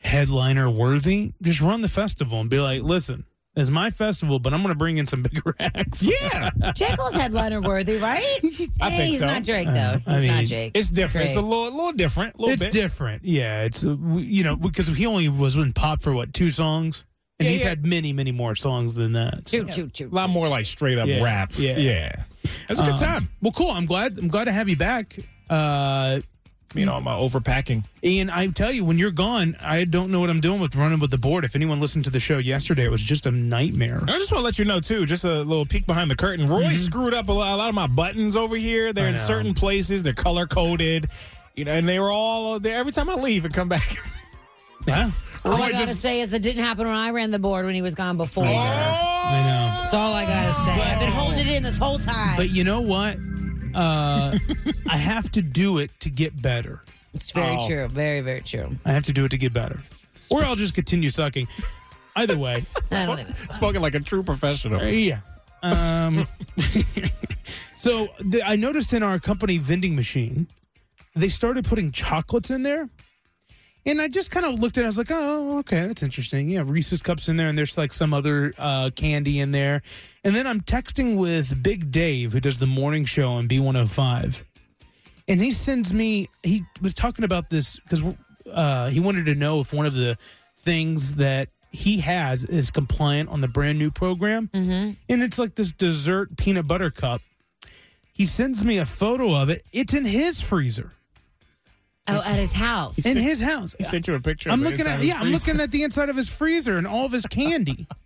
D: headliner worthy. Just run the festival and be like, listen, it's my festival, but I'm going to bring in some *laughs* bigger acts.
B: Yeah.
C: J. Cole's headliner worthy, right?
B: I
C: Hey,
B: think
C: he's
B: so.
C: not Drake,
D: Uh,
C: though. He's
D: I
C: not
D: mean,
C: Jake.
B: It's different. It's a
C: Drake.
B: little, little different. A little
D: it's
B: bit.
D: different. Yeah, it's uh, we- you know because he only was in pop for what two songs, and
B: Yeah,
D: he's
B: yeah.
D: had many, many more songs than that.
C: Choo, choo, choo.
B: a lot more like straight up
D: Yeah,
B: rap.
D: yeah.
B: It's a good
D: Um,
B: time.
D: Well, cool. I'm glad. I'm glad to have you back. Uh,
B: You know, my overpacking.
D: Ian, I tell you, when you're gone, I don't know what I'm doing with running with the board. If anyone listened to the show yesterday, it was just a nightmare.
B: I just want to let you know too, just a little peek behind the curtain. Roy screwed up a lot, a lot of my buttons over here. They're
D: I
B: in
D: know.
B: certain places. They're color coded, you know, and they were all there. Every time I leave and come back, *laughs*
D: Yeah,
C: All
B: Roy
C: I gotta say is that didn't happen when I ran the board when he was gone before. That's
D: I know.
C: all I gotta say. I've been holding it in this whole time.
D: But you know what? Uh, *laughs* I have to do it to get better.
C: it's very true. Very, very true.
D: I have to do it to get better, or I'll just continue sucking. Either way.
C: I don't think that's
B: spoken like a true professional.
D: Uh, Yeah. Um, so the, I noticed in our company vending machine, they started putting chocolates in there. And I just kind of looked at it. I was like, oh, okay, that's interesting. Yeah, Reese's cups in there, and there's like some other uh, candy in there. And then I'm texting with Big Dave, who does the morning show on B105. And he sends me, he was talking about this because uh, he wanted to know if one of the things that he has is compliant on the brand new program. Mm-hmm. And it's like this dessert peanut butter cup. He sends me a photo of it. It's in his freezer,
C: Oh, at his house.
D: in his house.
B: He sent you a picture.
D: I'm
B: of the
D: looking
B: inside
D: at
B: of his
D: yeah, I'm
B: freezer.
D: looking at the inside of his freezer and all of his candy.
B: *laughs*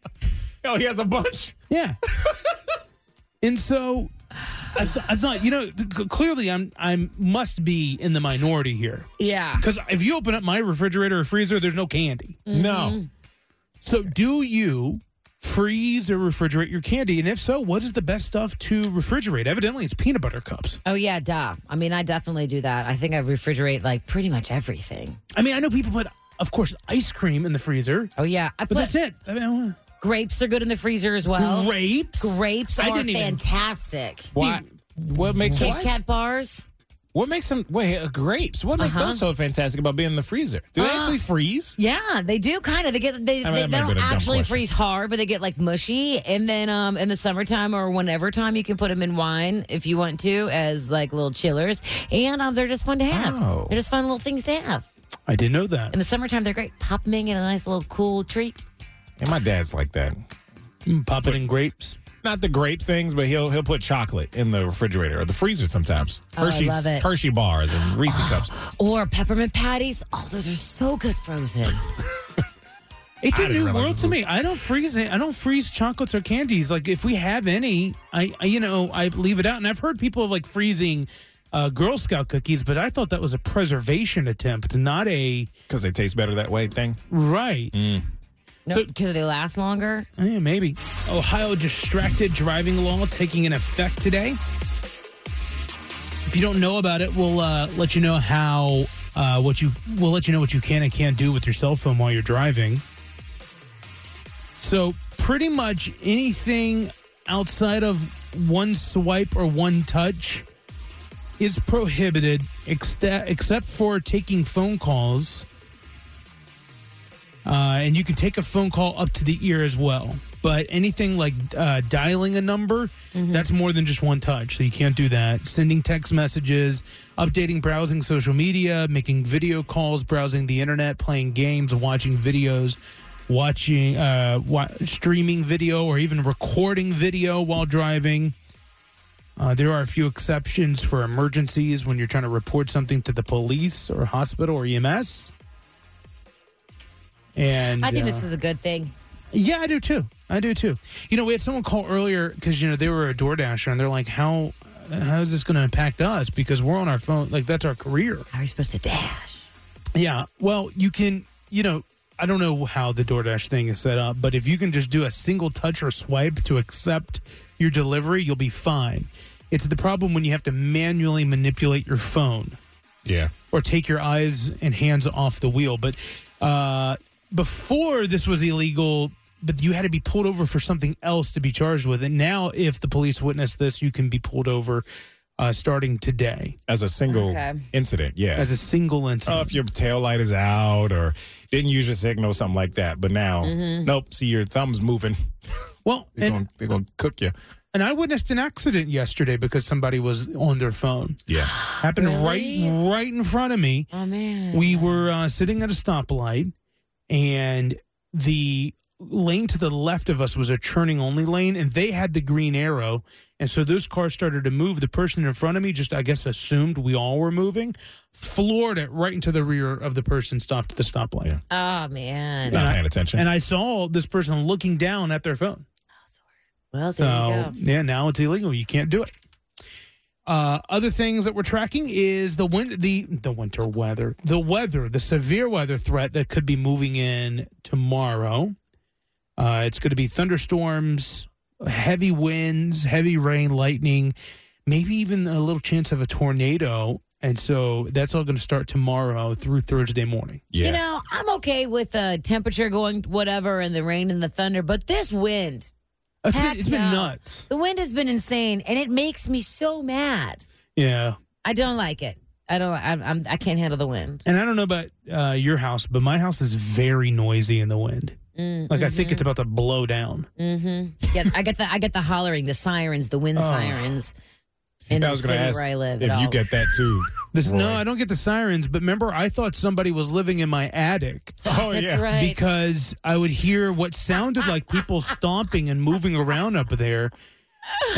B: Oh, he has a bunch. *laughs*
D: yeah. And so I, th- I thought, you know, c- clearly I'm I must be in the minority here
C: yeah.
D: because if you open up my refrigerator or freezer, there's no candy.
B: No,
D: So do you freeze or refrigerate your candy? And if so, what is the best stuff to refrigerate? Evidently, it's peanut butter cups.
C: Oh yeah, duh. I mean, I definitely do that. I think I refrigerate like pretty much everything.
D: I mean, I know people put, of course, ice cream in the freezer,
C: Oh yeah, I
D: but
C: put
D: that's it. I mean,
B: Oh.
C: grapes are good in the freezer as well.
D: grapes.
C: Grapes
D: I
C: are
D: didn't even-
C: fantastic.
D: Why?
B: What makes
C: Kit
B: what?
C: Kat bars.
B: What makes them? Wait, uh, grapes. What makes
C: Uh-huh.
B: those so fantastic about being in the freezer? Do they
C: Uh,
B: actually freeze?
C: Yeah, they do kind of. They get they,
B: I mean,
C: they,
B: that
C: they
B: might be
C: don't
B: a dumb
C: actually
B: question.
C: freeze hard, but they get like mushy. And then um in the summertime or whenever time you can put them in wine if you want to as like little chillers. And um, they're just fun to have.
B: Oh.
C: They're just fun little things to have.
D: I didn't know that.
C: In the summertime, they're great. Pop them in a nice little cool treat.
B: And my dad's like that. Hmm,
D: Mm, Pop it in grapes.
B: Not the grape things, but he'll he'll put chocolate in the refrigerator or the freezer sometimes.
C: Oh, I
B: Hershey's
C: love it.
B: Hershey bars and Reese cups.
C: Or peppermint patties. Oh, those are so good frozen.
D: It's
B: I
D: a
B: didn't
D: new
B: realize
D: world
B: this
D: to
B: was-
D: me. I don't freeze it. I don't freeze chocolates or candies. Like if we have any, I, I you know I leave it out. And I've heard people like freezing uh, Girl Scout cookies, but I thought that was a preservation attempt, not a
B: Because they taste better that way thing.
D: right.
C: No,
D: So-
C: because they last longer.
D: Yeah, maybe. Ohio distracted driving law taking an effect today. If you don't know about it, we'll uh, let you know how uh, what you we'll let you know what you can and can't do with your cell phone while you're driving. So pretty much anything outside of one swipe or one touch is prohibited, except except for taking phone calls uh, and you can take a phone call up to the ear as well. But anything like uh, dialing a number,
C: Mm-hmm.
D: that's more than just one touch. So you can't do that. Sending text messages, updating, browsing social media, making video calls, browsing the internet, playing games, watching videos, watching, uh, wa- streaming video, or even recording video while driving. Uh, there are a few exceptions for emergencies when you're trying to report something to the police or hospital or E EMS. And
C: I think
D: uh,
C: this is a good thing.
D: yeah, I do too. I do too. You know, we had someone call earlier because you know they were a DoorDasher and they're like, "How how is this going to impact us? Because we're on our phone. Like that's our career."
C: How are you supposed to dash?
D: Yeah. Well, you can. You know, I don't know how the DoorDash thing is set up, but if you can just do a single touch or swipe to accept your delivery, you'll be fine. It's the problem when you have to manually manipulate your phone
B: Yeah.
D: or take your eyes and hands off the wheel. But uh, before this was illegal, but you had to be pulled over for something else to be charged with. And now, if the police witness this, you can be pulled over uh, starting today
B: As a single
C: Okay.
B: incident. Yeah.
D: as a single
B: oh,
D: incident.
B: if your tail light is out or didn't use your signal, something like that. But now,
C: Mm-hmm.
B: nope. See your thumbs moving.
D: well,
B: They're
D: and,
B: gonna they're gonna cook you.
D: and I witnessed an accident yesterday because somebody was on their phone.
B: Yeah.
D: Happened right, right in front of me.
C: Oh man.
D: We were uh, sitting at a stoplight, and the lane to the left of us was a turning only lane, and they had the green arrow. And so those cars started to move. The person in front of me just, I guess, assumed we all were moving, floored it right into the rear of the person stopped at the stoplight.
B: Yeah.
C: Oh man.
B: Not
D: I-
B: paying attention.
D: And I saw this person looking down at their phone.
C: Well, there you
D: So
C: go.
D: yeah, now it's illegal. You can't do it. Uh, other things that we're tracking is the win- the the winter weather, the weather, the severe weather threat that could be moving in tomorrow. Uh, it's going to be thunderstorms, heavy winds, heavy rain, lightning, maybe even a little chance of a tornado. And so that's all going to start tomorrow through Thursday morning.
B: yeah.
C: You know, I'm okay with the temperature going whatever and the rain and the thunder, but this wind,
D: It's
C: Heck
D: been, it's been
C: no.
D: nuts.
C: the wind has been insane, and it makes me so mad.
D: Yeah.
C: I don't like it. I don't. I'm. I'm I can't handle the wind.
D: And I don't know about uh, your house, but my house is very noisy in the wind. Like I think it's about to blow down.
C: Yeah, I get the. I get the hollering, the sirens, the wind sirens. In
B: Oh. I
C: the
B: was gonna
C: city
B: ask
C: where I live,
B: if
C: at
B: you
C: all.
B: get that too.
D: This, no,
B: Roy.
D: I don't get the sirens, but remember, I thought somebody was living in my attic
B: *laughs* Oh
C: That's
B: yeah.
C: right.
D: because I would hear what sounded like people stomping and moving around up there.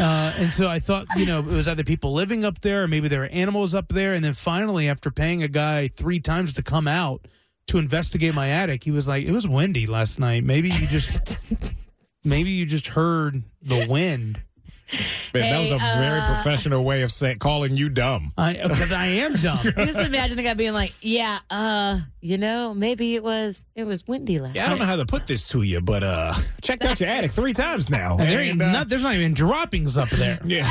D: Uh, and so I thought, you know, it was either people living up there or maybe there were animals up there. And then finally, after paying a guy three times to come out to investigate my attic, he was like, it was windy last night. Maybe you just, *laughs* maybe you just heard the wind.
B: Man, that was a
C: Hey, uh,
B: very professional way of saying calling you dumb.
D: I, because I am dumb.
C: I just imagine the guy being like, "Yeah, uh, you know, maybe it was it was windy last."
B: Yeah, I don't know how to put this to you, but uh checked out your attic three times now.
D: And there ain't
B: And, uh,
D: not, there's not even droppings up there.
B: Yeah.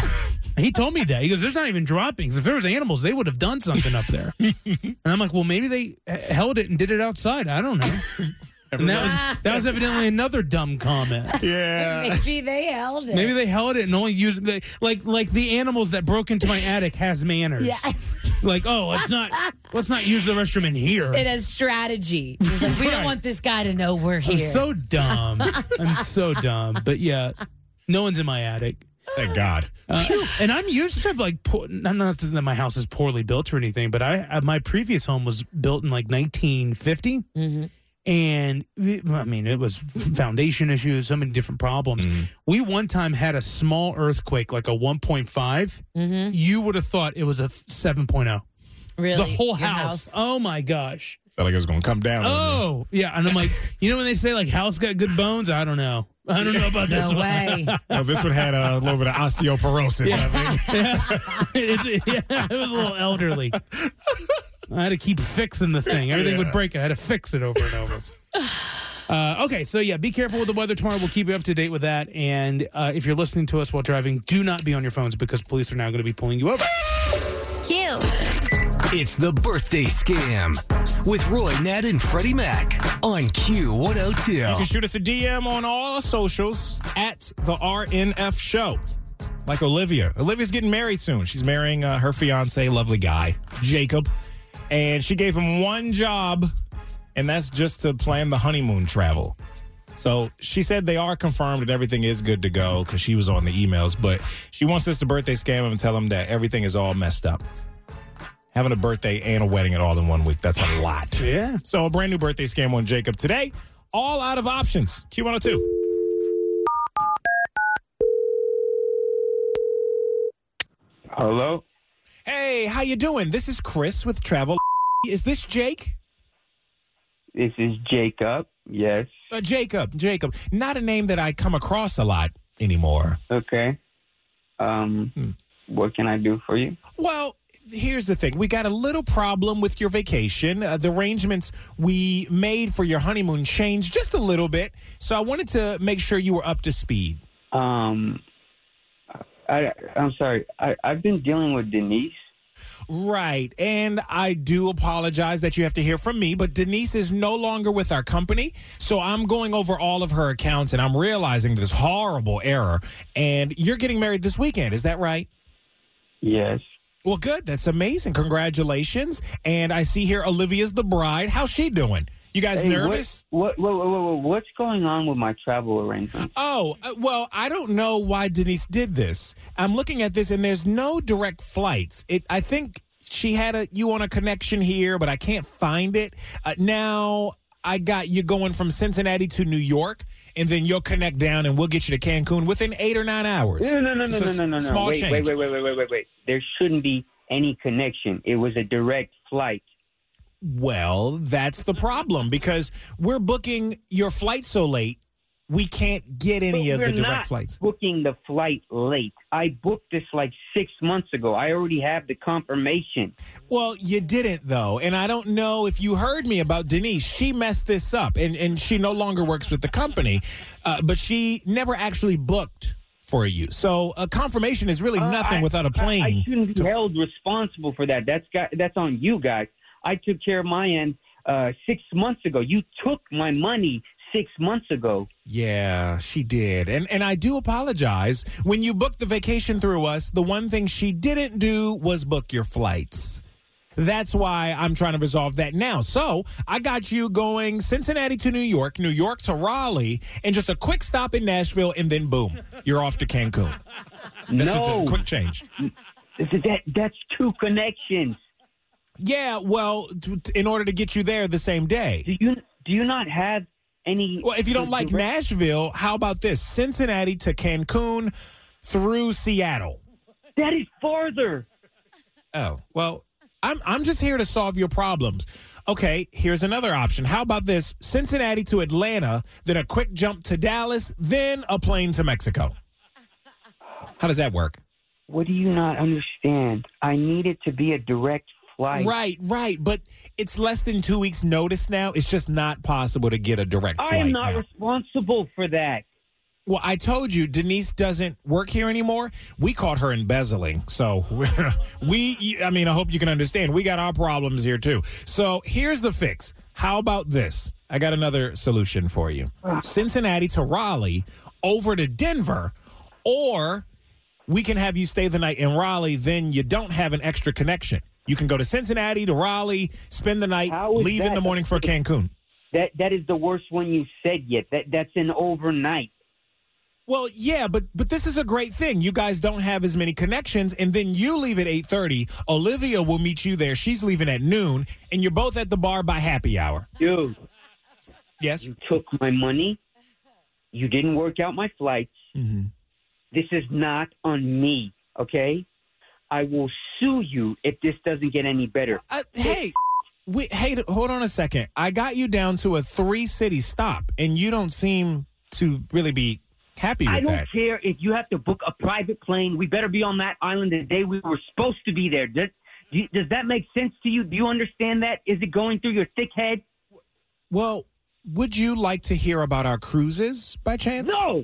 D: He told me that. He goes, "There's not even droppings. If there was animals, they would have done something up there." and I'm like, "Well, maybe they h- held it and did it outside. I don't know." And that was that was evidently another dumb comment.
B: Yeah.
C: *laughs* Maybe they held it.
D: Maybe they held it and only used they, like like the animals that broke into my attic has manners.
C: Yes.
D: Like oh let's not let's not use the restroom in here.
C: It has strategy. It's like, we don't
D: Right.
C: want this guy to know we're
D: I'm
C: here.
D: so dumb. I'm so dumb. But yeah, no one's in my attic.
B: Thank God.
D: Uh, and I'm used to like poor, not not that my house is poorly built or anything, but I uh, my previous home was built in like 1950,
C: Mm-hmm.
D: and it- I mean it was foundation issues, so many different problems.
C: Mm-hmm.
D: We one time had a small earthquake, like a 1.5.
C: Mm-hmm.
D: You would have thought it was a f- 7.0.
C: really,
D: The whole
C: Your
D: house. Oh my gosh.
B: Felt like it was going to come down. on me.
D: Oh yeah, and I'm
C: *laughs*
D: like, you know when they say like house got good bones? I don't know. I don't know about this
C: *laughs* No
D: one.
C: way.
D: *laughs* Oh.
B: No, this one had uh, a little bit of osteoporosis. I think.
D: *laughs* It's- yeah, it was a little elderly. I had to keep fixing the thing. Everything would
B: Yeah.
D: break. I had to fix it over and over. Uh, okay, so yeah, be careful with the weather tomorrow. We'll keep you up to date with that. And uh, if you're listening to us while driving, do not be on your phones because police are now going to be pulling you over.
I: Cute.
A: It's the birthday scam with Roy, Nat, and Freddie Mac on
B: You can
A: Q102.
B: shoot us a DM on all socials at the RNF Show. Like Olivia. Olivia's getting married soon. She's marrying uh, her fiance, lovely guy, Jacob. And she gave him one job, and that's just to plan the honeymoon travel. So she said they are confirmed and everything is good to go because she was on the emails, but she wants us to birthday scam him and tell him that everything is all messed up. Having a birthday and a wedding at all in one week, that's a lot.
D: Yeah.
B: So a brand new birthday scam on Jacob today. All out of options. Q102.
E: Hello?
B: Hey, how you doing? This is Chris with Travel. Is this Jake?
E: This is Jacob. Yes.
B: Uh, Jacob. Jacob. Not a name that I come across a lot anymore.
E: Okay. Um, What can I do for you?
B: Well, here's the thing. We got a little problem with your vacation. Uh, the arrangements we made for your honeymoon changed just a little bit. So I wanted to make sure you were up to speed.
E: Um, I, I'm sorry. I, I've been dealing with Denise.
B: Right. And I do apologize that you have to hear from me, but Denise is no longer with our company. So I'm going over all of her accounts and I'm realizing this horrible error. And you're getting married this weekend. Is that right?
E: Yes.
B: Well, good. That's amazing. Congratulations. And I see here Olivia's the bride. How's she doing? You guys
E: Hey,
B: nervous?
E: What, what, what, what, what- what's going on with my travel arrangement?
B: Oh, uh, well, I don't know why Denise did this. I'm looking at this and there's no direct flights. It I think she had a you on a connection here, but I can't find it. Uh, now I got you going from Cincinnati to New York, and then you'll connect down, and we'll get you to Cancun within eight or nine hours.
E: No, no, no, no,
B: Just a
E: no, no, no, no.
B: Small
E: Wait,
B: change.
E: wait, wait, wait, wait, wait, wait, wait. There shouldn't be any connection. It was a direct flight.
B: Well, that's the problem because we're booking your flight so late, we can't get any
E: But
B: of the
E: we're
B: direct
E: not
B: flights.
E: Booking the flight late. I booked this like six months ago. I already have the confirmation.
B: Well, you didn't though, and I don't know if you heard me about Denise. She messed this up, and and she no longer works with the company, uh, but she never actually booked for you. So a confirmation is really
E: Uh,
B: nothing
E: I-
B: without a plane.
E: I, I shouldn't be held responsible for that. That's got, that's on you guys. I took care of my end uh, six months ago. You took my money six months ago.
B: Yeah, she did. And and I do apologize. When you booked the vacation through us, the one thing she didn't do was book your flights. That's why I'm trying to resolve that now. So I got you going Cincinnati to New York, New York to Raleigh, and just a quick stop in Nashville, and then boom, you're off to Cancun. This
E: no,
B: is a quick change.
E: that that's two connections.
B: Yeah, well, t- t- in order to get you there the same day.
E: Do you do you not have any?
B: Well, if you don't like Nashville, how about this? Cincinnati to Cancun through Seattle.
E: that is farther.
B: Oh, well, I'm I'm just here to solve your problems. Okay, here's another option. How about this? Cincinnati to Atlanta, then a quick jump to Dallas, then a plane to Mexico. How does that work?
E: What do you not understand? I need it to be a direct flight.
B: right, right, but it's less than 2 weeks notice now. It's just not possible to get a direct flight.
E: I am not
B: now.
E: responsible for that.
B: Well, I told you Denise doesn't work here anymore. We caught her embezzling. So *laughs* we, I mean, I hope you can understand. We got our problems here too. So here's the fix. How about this? I got another solution for you
E: Ah.
B: Cincinnati to Raleigh, over to Denver, or we can have you stay the night in Raleigh, then you don't have an extra connection. You can go to Cincinnati to Raleigh, spend the night,
I: How is
B: leave in
I: that?
B: the morning for Cancun.
I: That that is the worst one you said yet. That that's an overnight.
B: Well, yeah, but but this is a great thing. You guys don't have as many connections, and then you leave at eight thirty. Olivia will meet you there. She's leaving at noon, and you're both at the bar by happy hour.
I: Dude,
B: Yes.
I: you took my money. You didn't work out my flights.
B: Mm-hmm.
I: This is not on me, okay? I will sue you if this doesn't get any better.
B: I, Uh, hey, we, hey, hold on a second. I got you down to a three city stop, and you don't seem to really be happy with
I: I don't
B: that.
I: care if you have to book a private plane. We better be on that island the day we were supposed to be there. Does, do you- does that make sense to you? Do you understand that? Is it going through your thick head?
B: Well, would you like to hear about our cruises by chance?
I: No.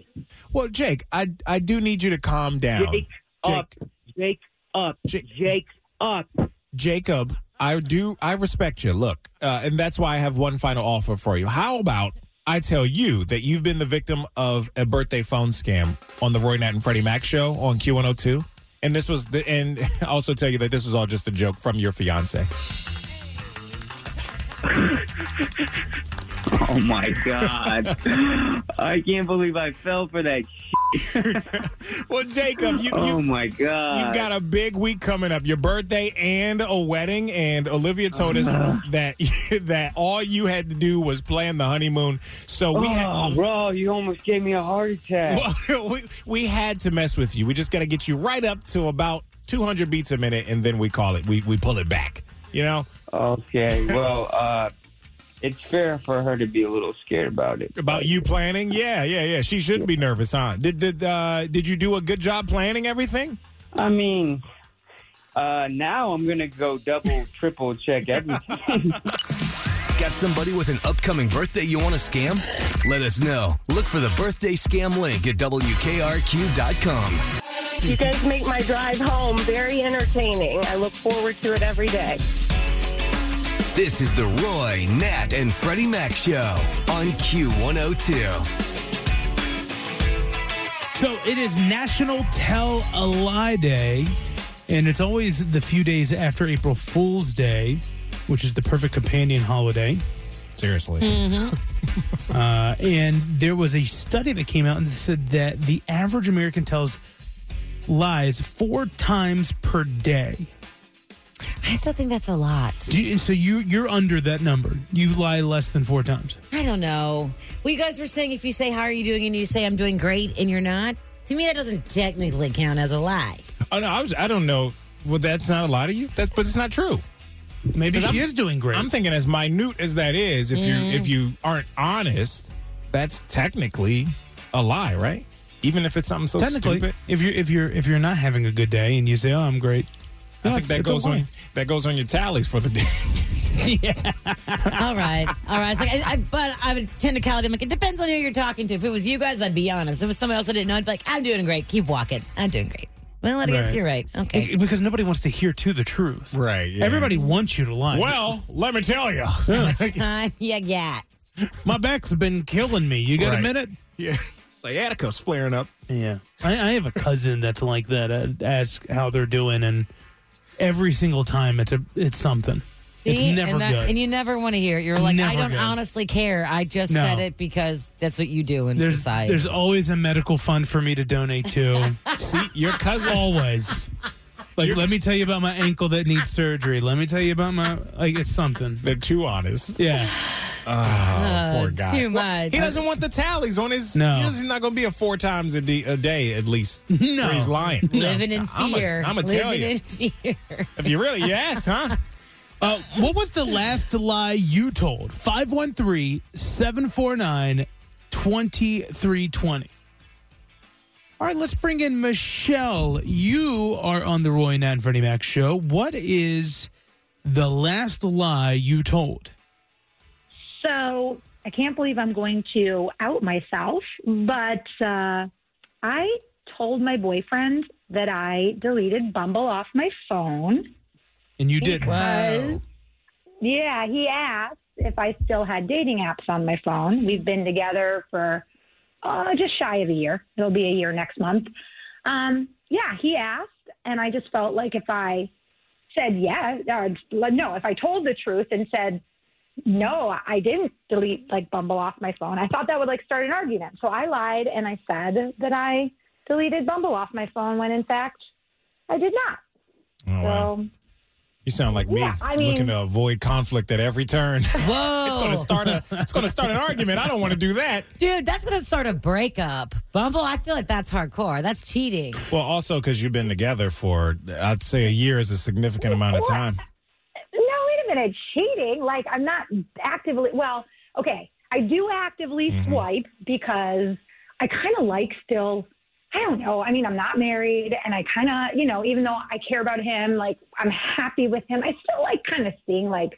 B: Well, Jake, I I do need you to calm down.
I: Jake, up. Jake up.
B: Jake-
I: Jake up.
B: Jacob, I do I respect you. Look, uh, and that's why I have one final offer for you. How about I tell you that you've been the victim of a birthday phone scam on the Roy Nat and Freddie Mac show on Q102, and this was the and *laughs* I also tell you that this was all just a joke from your fiance.
I: Oh my god! *laughs* I can't believe I fell for that.
B: Well, Jacob, you
I: oh
B: you
I: my god!
B: You've got a big week coming up. Your birthday and a wedding. And Olivia told us that *laughs* that all you had to do was plan the honeymoon. So we
I: oh,
B: had
I: bro, you almost gave me a heart attack.
B: *laughs* well, we, we had to mess with you. We just got to get you right up to about 200 beats a minute, and then we call it. We we pull it back. You know
I: Okay, well, uh, it's fair for her to be a little scared about it.
B: about you planning. Yeah, yeah, yeah. She should be nervous, huh? Did did uh, did you do a good job planning everything?
I: I mean, uh, now I'm gonna go *laughs* double, triple check
B: *laughs*
I: everything.
A: Got somebody with an upcoming birthday you want to scam? Let us know. Look for the birthday scam link at WKRQ.com.
G: You guys make my drive home very entertaining. I look forward to it every day.
A: This is the Roy, Nat, and Freddie Mac Show on Q102.
D: So it is National Tell a Lie Day, and it's always the few days after April Fool's Day, which is the perfect companion holiday.
B: Seriously.
D: *laughs* Uh, and there was a study that came out and said that the average American tells lies four times per day.
C: I still think that's a lot.
D: Do you, and so you you're under that number. You lie less than four times.
C: I don't know. Well, you guys were saying if you say, How are you doing? and you say, I'm doing great, and you're not, to me, that doesn't technically count as a lie.
B: Oh no, I was. I don't know. Well, that's not a lot of you. That's but it's not true.
D: Maybe
B: 'Cause
D: she
B: I'm-
D: is doing great.
B: I'm thinking as minute as that is, if you
D: Mm.
B: if you aren't honest, that's technically a lie, right? Even if it's something so
D: Technically,
B: stupid.
D: if you're if you're if you're not having a good day and you say, "Oh, I'm great,"
B: I
D: No,
B: think
D: it's-
B: that
D: it's a
B: goes
D: lie.
B: on that goes on your tallies for the day.
D: *laughs*
C: all right. All right. It's like, I, I, but I would tend to call it, I'm like, it depends on who you're talking to. If it was you guys, I'd be honest. If it was somebody else I didn't know, I'd be like, I'm doing great. Keep walking. I'm doing great. Well, I guess
D: Right.
C: you're right. Okay.
D: *laughs* because nobody wants to hear to the truth.
B: right. yeah.
D: Everybody wants you to lie.
B: Well, let me tell you.
C: Uh, yeah, yeah.
D: my back's been killing me. You got
B: Right.
D: a minute?
B: yeah. *laughs* Sciatica's flaring up.
D: Yeah. I, I have a cousin that's like that. I ask how they're doing, and every single time it's a it's something.
C: See?
D: it's never
C: and, that-
D: good.
C: and you never want to hear it. You're like, I
D: Never
C: don't
D: good.
C: honestly care. I just
D: No.
C: said it because that's what you do in
D: there's
C: society.
D: there's always a medical fund for me to donate *laughs* to.
B: See, your cousin
D: always. Like, let me tell you about my ankle that needs surgery. Let me tell you about my like it's something.
B: they're too honest.
D: Yeah.
B: Oh, poor guy.
C: Uh, too
B: Well,
C: much.
B: he doesn't want the tallies on his.
D: No.
B: he's not going to be a four times a, de- a day at least.
D: *laughs* No.
B: where he's lying.
C: Living in
B: I'ma-
C: fear.
B: I'ma
C: Living
B: tell you.
C: in
B: *laughs*
C: fear.
B: If you really, yes, huh?
D: Uh, what was the last lie you told? 513 749 2320. All right, let's bring in Michelle. You are on the Roy Nat and Freddie Mac show. What is the last lie you told?
J: So I can't believe I'm going to out myself, but uh, I told my boyfriend that I deleted Bumble off my phone.
D: And you did.
C: Wow.
J: Yeah, he asked if I still had dating apps on my phone. We've been together for uh, just shy of a year. It'll be a year next month. Um, yeah, he asked, and I just felt like if I said yes, or no, if I told the truth and said no, I didn't delete like Bumble off my phone. I thought that would like start an argument. So I lied and I said that I deleted Bumble off my phone when in fact I did not.
B: Oh, wow. You sound like me,
J: Yeah, I mean-
B: looking to avoid conflict at every
J: *laughs*
B: turn.
C: Whoa!
B: it's going to start a. It's going to start an argument. I don't want to do that.
C: Dude, that's going to start a breakup. Bumble, I feel like that's hardcore. That's cheating.
B: Well, also because you've been together for, I'd say, a year is a significant amount of time.
J: No, wait a minute. Cheating? Like I'm not actively. Well, okay, I do actively swipe because I kind of like still. I don't know. I mean, I'm not married, and I kind of, you know, even though I care about him, like I'm happy with him. I still like kind of seeing like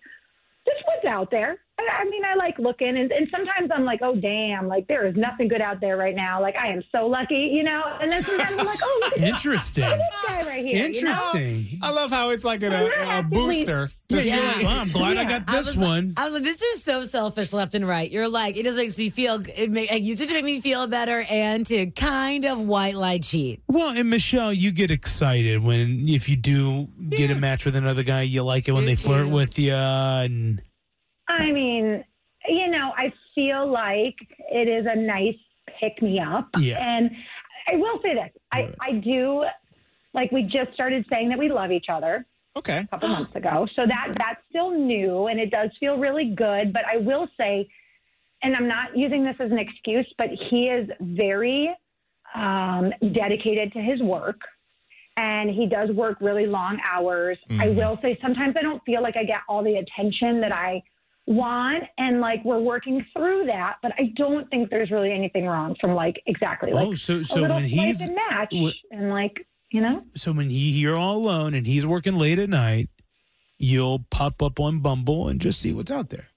J: just what's out there. I, I mean, I like looking, and, and sometimes I'm like, oh damn, like there is nothing good out there right now. Like I am so lucky, you know. And then sometimes I'm like, oh,
D: *laughs*
J: look at this
D: Interesting.
J: guy right here. you know?
B: I love how it's like an, a, a booster. To see.
D: Well, I'm glad I got this
C: was
D: one.
C: Like, I was like, this is so selfish left and right. You're like, it just makes me feel, it make, you did make me feel better and to kind of white lie cheat.
D: Well, and Michelle, you get excited when if you do get a match with another guy, you like it when
C: You
D: they flirt
C: do.
D: with you. And
J: I mean, you know, I feel like it is a nice pick me up.
D: Yeah.
J: And I will say this I, I do, like, we just started saying that we love each other
B: *laughs* Okay.
D: *gasps*
J: a couple months ago. So that that's still new and it does feel really good. But I will say, and I'm not using this as an excuse, but he is very um, dedicated to his work and he does work really long hours.
D: Mm-hmm.
J: I will say sometimes I don't feel like I get all the attention that I want and like we're working through that, but I don't think there's really anything wrong from like exactly like
D: oh, so
J: a
D: so
J: little
D: when
J: swipe
D: he's
J: and match
D: wh-
J: and like, you know?
D: so when he you're all alone and he's working late at night, you'll pop up on Bumble and just see what's out there.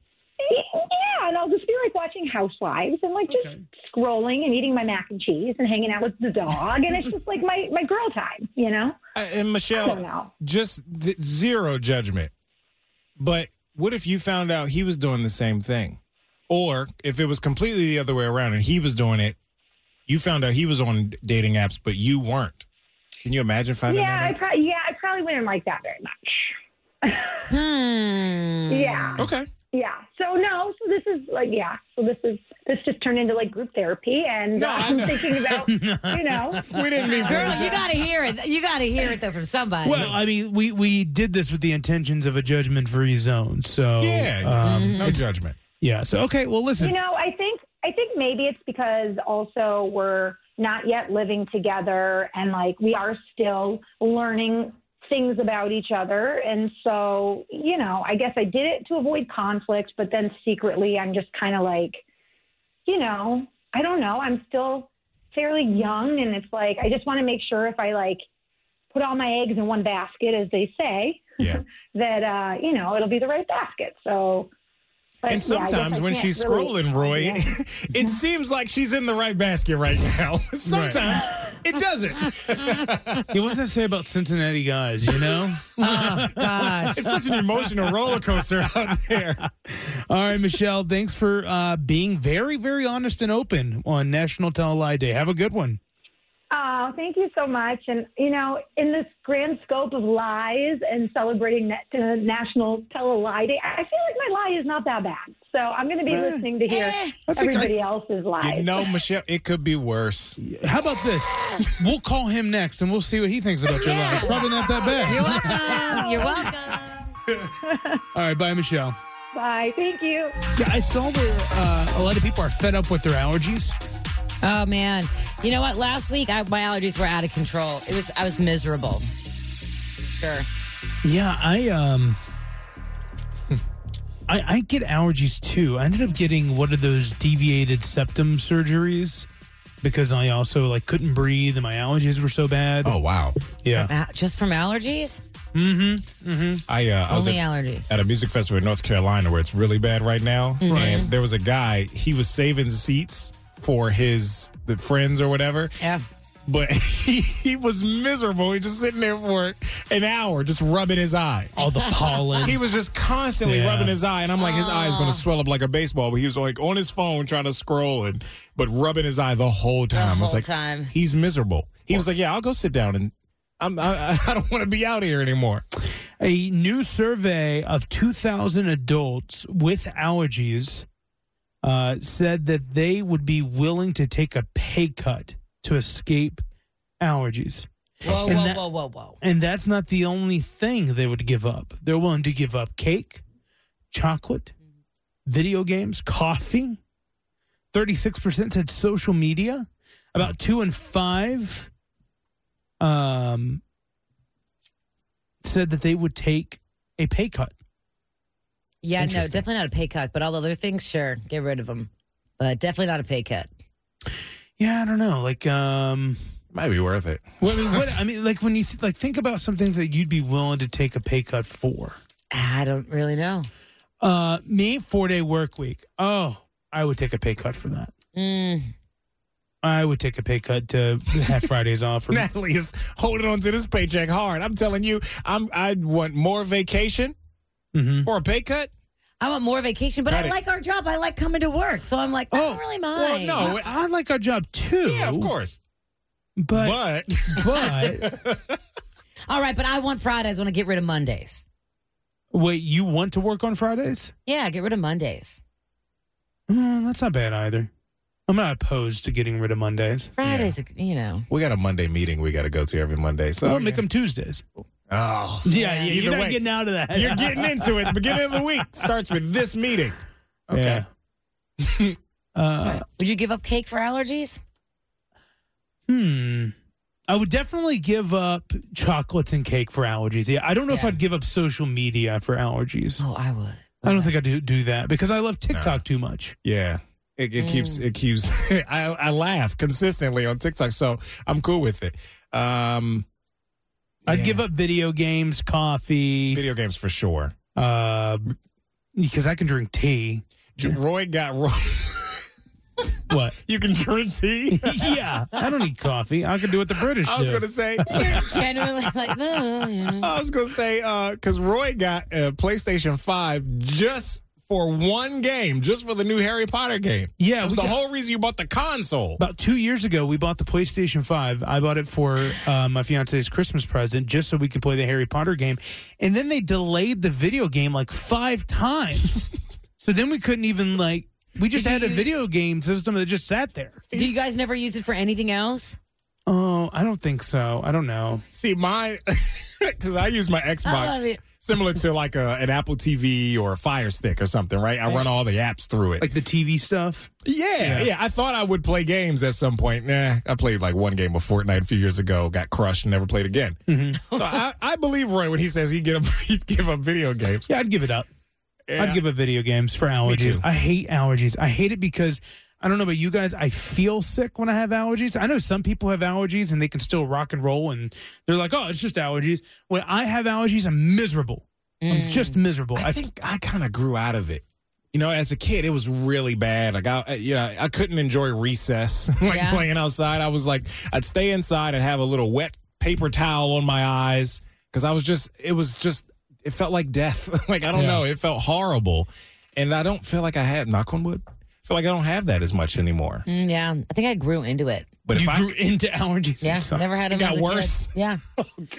J: Yeah, and I'll just be like watching Housewives and like just scrolling and eating my mac and cheese and hanging out with the dog, and it's just like my my girl time, you know.
B: I- and
J: I don't know.
B: Michelle, just th- zero judgment. But what if you found out he was doing the same thing? Or if it was completely the other way around and he was doing it, you found out he was on dating apps, but you weren't. Can you imagine finding
J: yeah, I
B: that out?
J: probably yeah, I probably wouldn't like that very much. Hmm. Yeah,
B: okay.
J: yeah. So no, so this is like yeah. So this is this just turned into like group therapy, and
B: No,
J: uh,
B: I
J: I'm
B: know.
J: thinking about you know.
B: We didn't mean for
C: Girl,
B: it
C: you
B: to-
C: got to hear it. You got to hear it, though, from somebody.
D: Well, I mean, we we did this with the intentions of a judgment-free zone. So
B: Yeah,
C: Mm-hmm.
D: um,
B: no judgment.
D: yeah. So okay, well, listen.
J: You know, I think I think maybe it's because also we're not yet living together and like we are still learning things about each other and so, you know, I guess I did it to avoid conflict, but then secretly I'm just kind of like you know, I don't know, I'm still fairly young and it's like I just want to make sure if I like put all my eggs in one basket as they say
B: Yeah.
J: *laughs* that uh, you know, it'll be the right basket. So but, yeah, I
B: And
J: guess
B: sometimes
J: I
B: when
J: can't
B: she's
J: really-
B: scrolling, Roy,
J: *laughs* Yeah.
B: *laughs* it seems like she's in the right basket right now. *laughs* sometimes it doesn't.
D: Yeah, what does that say about Cincinnati guys? You
B: *laughs*
D: know.
C: *laughs* oh, gosh.
B: it's such an emotional roller coaster out there.
D: *laughs* All right, Michelle, thanks for uh, being very, very honest and open on National Tell a Lie Day. Have a good one.
J: Oh, thank you so much. And, you know, in this grand scope of lies and celebrating na- uh, National Tell a Lie Day, I feel like my lie is not that bad. So I'm going to
B: Eh.
J: be listening to hear
B: I think I-
J: everybody else's lies.
B: You know, Michelle, it could be worse.
D: How about this? We'll call him next and we'll see what he thinks about your lie. It's probably not that
C: You're
D: bad.
C: welcome. You're welcome.
D: All right, bye, Michelle.
J: Bye. Thank you.
D: Yeah, I saw that uh, a lot of people are fed up with their allergies.
C: Oh, man. You know what? Last week, I, my allergies were out of control. It was I was miserable. Sure.
D: Yeah, I um, *laughs* I, I get allergies too. I ended up getting one of those deviated septum surgeries because I also like couldn't breathe and my allergies were so bad.
B: Oh wow!
D: yeah.
C: Uh, Just from allergies?
B: I uh, I was
C: Only
B: at,
C: allergies.
B: at a music festival in North Carolina where it's really bad right now, and there was a guy he was saving seats for his the friends or whatever.
C: Yeah.
B: but *laughs* he, he was miserable. He was just sitting there for an hour, just rubbing his eye.
D: All the pollen.
B: *laughs* He was just constantly
D: Yeah.
B: rubbing his eye, and I'm like, his eye's going to swell up like a baseball. But he was like on his phone trying to scroll and but rubbing his eye the whole time. I was
C: whole
B: like,
C: time.
B: he's miserable. He was like, yeah, I'll go sit down and I'm, I, I don't want to be out here anymore.
D: A new survey of 2,000 adults with allergies uh, said that they would be willing to take a pay cut to escape allergies.
C: Whoa,
D: And
C: whoa,
D: that-
C: whoa, whoa, whoa.
D: And that's not the only thing they would give up. They're willing to give up cake, chocolate, video games, coffee. 36% said social media. About two in five um, said that they would take a pay cut.
C: Yeah, no,
D: Interesting.
C: definitely not a pay cut. But all other things, sure, get rid of them. But definitely not a pay cut.
D: Yeah, I don't know. Like, um,
B: might be worth it.
D: Well, I mean, what, I mean, like when you th- like think about some things that you'd be willing to take a pay cut for.
C: I don't really know.
D: Uh, me four day work week. Oh, I would take a pay cut for that.
C: Mm.
D: I would take a pay cut to have Fridays off. Or,
B: *laughs* Natalie is holding on to this paycheck hard. I'm telling you, I'm I want more vacation
D: Mm-hmm.
B: for a pay cut.
C: I want more vacation, but
B: Got
C: I
B: it. Oh,
C: like our job. I like coming to work. So I'm like, I don't really
B: Well,
C: mind.
B: no, it-
D: I like our job too.
B: yeah, of course,
D: but
B: but
D: *laughs*
B: *laughs*
D: but
C: All right, but I want Fridays. I want to get rid of Mondays.
D: wait, you want to work on Fridays?
C: Yeah, get rid of Mondays.
D: Mm, that's not bad either. I'm not opposed to getting rid of Mondays.
C: Fridays, you know.
B: we got a Monday meeting we got to go to every Monday. So
D: or make them Tuesdays.
B: oh,
D: Yeah, yeah.
B: Either
D: You're not
B: way.
D: getting out of that.
B: you're getting into it. The beginning of the week starts with this meeting.
D: *laughs* Okay. uh,
C: Would you give up cake for allergies?
D: Hmm. I would definitely give up chocolates and cake for allergies. Yeah, I don't know if
C: Yeah.
D: I'd give up social media for allergies.
C: Oh, I
B: *laughs*
C: would. *laughs*
D: I don't think I do do that because I love TikTok too much.
B: Yeah. It, it keeps
D: Mm.
B: it keeps *laughs* I, I laugh consistently on TikTok, so I'm cool with it. Um
D: I'd
B: Yeah.
D: give up video games, coffee,
B: video games for sure.
D: uh, because I can drink
B: *laughs*
D: tea.
B: J- Roy got Roy. *laughs*
D: What?
B: You can
D: *laughs*
B: drink tea.
D: yeah, I don't need coffee. I can do what the British
B: I was
D: do.
B: gonna say
C: You're genuinely like, oh, you know.
B: I was gonna say because Roy got a PlayStation Five just for one game, just for the new Harry Potter game.
D: Yeah,
B: that was
D: we
B: the
D: got-
B: whole reason you bought the console.
D: About two years ago, we bought the PlayStation 5. I bought it for uh, my fiance's Christmas present just so we could play the Harry Potter game. And then they delayed the video game like five
B: *laughs*
D: times. so then we couldn't even, like, we just
C: Did
D: had a
C: you-
D: video game system that just sat there.
C: Do you guys never use it for anything else?
D: Oh, I don't think so. I don't know.
B: See *laughs* mine because I use my
C: love
B: Xbox
C: it.
B: similar to like a, an Apple TV or a Fire Stick or something, right? I run all the apps through it.
D: Like the TV stuff.
B: yeah,
D: Yeah.
B: yeah, I thought I would play games at some point. Nah, I played like one game of Fortnite a few years ago, got crushed, and never played again. *laughs* So I, I believe Roy when he says he get up, *laughs* he'd give up video games.
D: Yeah, I'd give it up. I'd give up video games for allergies.
B: too.
D: I hate allergies. I hate it because I don't know about you guys. I feel sick when I have allergies. I know some people have allergies and they can still rock and roll and they're like, oh, it's just allergies. When I have allergies, I'm miserable.
B: Mm.
D: I'm just miserable.
B: I think I kind of grew out of it. You know, as a kid, it was really bad. Like I, you know, I couldn't enjoy recess, *laughs* like
C: Yeah.
B: playing outside. I was like, I'd stay inside and have a little wet paper towel on my eyes because I was just, it was just, it felt like death. *laughs* like I don't
D: Yeah.
B: know, it felt horrible, and I don't feel like I have knock on wood. I feel like I don't have that as much anymore.
C: Mm, yeah, I think I grew into it.
B: But
D: you
B: if I
D: grew into allergies.
C: Yeah,
D: It sucks.
C: never had
B: It
C: them.
B: got
C: as a kid.
B: worse.
C: Yeah,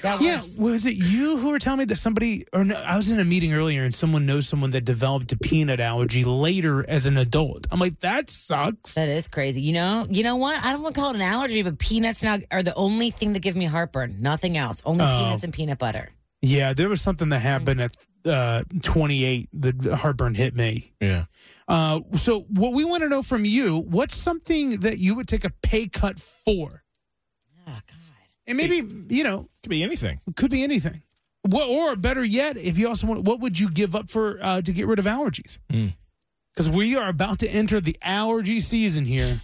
C: got
D: Yeah,
C: worse.
D: was it you who were telling me that somebody or no, I was in a meeting earlier and someone knows someone that developed a peanut allergy later as an adult. I'm like, that sucks.
C: That is crazy. You know, you know what? I don't want to call it an allergy, but peanuts now are the only thing that give me heartburn. Nothing else. Only
D: Oh.
C: peanuts and peanut butter.
D: Yeah, there was something that
B: Mm.
D: happened at uh, 28. The heartburn hit me.
B: yeah,
D: Uh, so, what we want to know from you, what's something that you would take a pay cut for?
C: Oh God.
D: And maybe, you know,
B: could be anything.
D: it could be anything. What, or better yet, if you also want, what would you give up for uh, to get rid of allergies?
B: Mm.
D: Because we are about to enter the allergy season *laughs* here.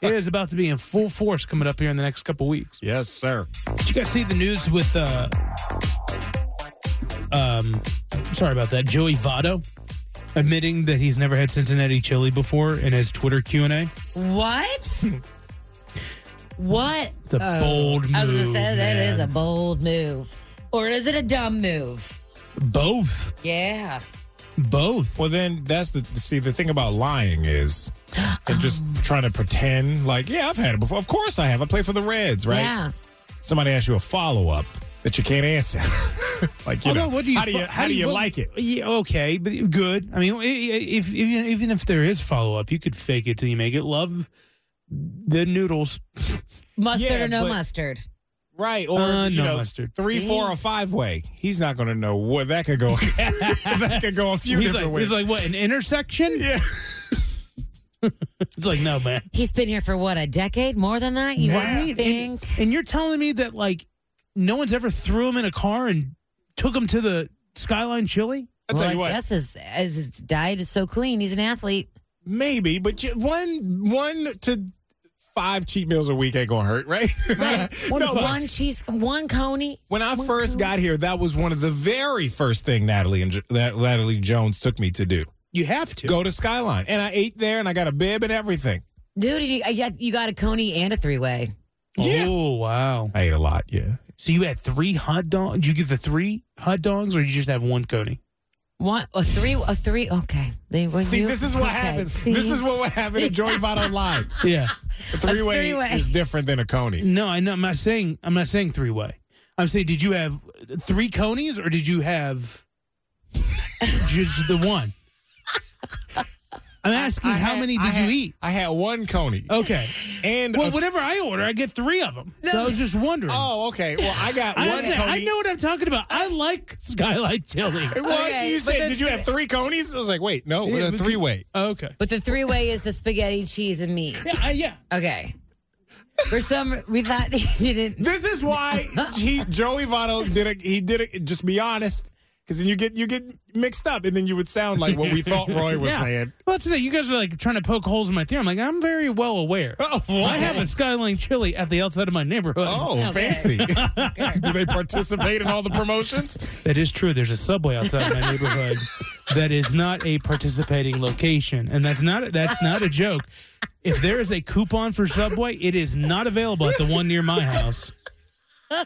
D: it is about to be in full force coming up here in the next couple weeks.
B: Yes, sir.
D: Did you guys see the news with uh um sorry about that, Joey Votto admitting that he's never had Cincinnati chili before in his Twitter Q&A?
C: What? What? Oh.
D: It's a bold
C: I was
D: move,
C: gonna say that
D: man.
C: is a bold move, or is it a dumb move?
D: Both.
C: Yeah.
D: Both.
B: Well, then that's the see the thing about lying is and just trying to pretend like yeah I've had it before. Of course I have. I play for the Reds, right?
C: Yeah.
B: Somebody asks you a follow up that you can't answer. *laughs* like you
D: Although,
B: know,
D: what do you
B: how do
D: fo-
B: you, how do you
D: what-
B: like it?
D: Yeah, okay, but good. I mean, i- i- if, even even if there is follow up, you could fake it till you make it. Love the noodles.
C: Mustard
B: Yeah,
C: or no
B: but-
C: mustard?
B: Right, or
D: Uh,
B: you
D: no
B: know,
D: mustard.
B: three, four, or five way. He's not going to know what that could go. *laughs* that could go a few
D: he's
B: different
D: like,
B: ways.
D: He's like, what an intersection? *laughs* Yeah. it's like no man.
C: He's been here for what a decade, more than that. You wouldn't
D: Right? And,
C: think?
D: and you're telling me that like no one's ever threw him in a car and took him to the Skyline Chili?
C: well, I guess his, as his diet is so clean, he's an athlete.
B: Maybe, but you, one one to five cheat meals a week ain't gonna hurt, right?
C: One,
B: No, but-
C: one cheese, one coney.
B: When I
C: One
B: first
C: coney.
B: got here, that was one of the very first thing Natalie and Jo- Nat- Natalie Jones took me to do.
D: You have to.
B: Go to Skyline, and I ate there, and I got a bib and everything.
C: dude, you, I got- you got a coney and a three way.
B: Yeah.
D: Oh wow.
B: I ate a lot. Yeah,
D: So you had three hot dogs. Did you get the three hot dogs, or did you just have one Coney?
C: One, a three, a three. Okay, they was
B: See,
C: you-
B: this is what
C: okay,
B: happens.
C: see?
B: This is what would happen at Joy Votto Live.
D: *laughs* Yeah.
B: A three-way
C: three-way.
B: is different than a coney.
D: No, I know. I'm not saying. I'm not saying three way. I'm saying, did you have three conies, or did you have just the one? I'm asking,
B: I
D: how
B: had-
D: many
B: I
D: did you
B: had-
D: eat?
B: I had one coney.
D: Okay.
B: And
D: Oh, Well,
B: a-
D: whatever I order, I get three of them. So I was just wondering.
B: Oh, okay. Well, I got
D: I,
B: one
D: said-
B: coney.
D: I know what I'm talking about. I like skyline chili.
B: Well,
C: Okay,
B: you
C: but
B: said,
C: that's-
B: did you have three conies? I was like, wait, no, uh,
D: Yeah,
B: it was a
D: but-
B: three way.
D: okay.
C: But the three way is the spaghetti, cheese, and meat.
D: Yeah, I- yeah.
C: Okay. For some, we thought *laughs* they didn't.
B: This
D: *laughs*
B: is why he, Joey Votto did it. He did it. Just be honest, because then you get you get mixed up, and then you would sound like what we
D: *laughs*
B: thought Roy was
D: Yeah.
B: saying.
D: Well, that's the thing. You guys are like trying to poke holes in my theory. I'm like, I'm very well aware.
B: Oh, what?
D: I have a skyline chili at the outside of my neighborhood.
B: Oh,
C: Okay.
D: *laughs*
B: fancy! Do they participate in all the promotions?
D: That is true. There's a subway outside my neighborhood that is not a participating location, and that's not that's not a joke. If there is a coupon for Subway, it is not available at the one near my house.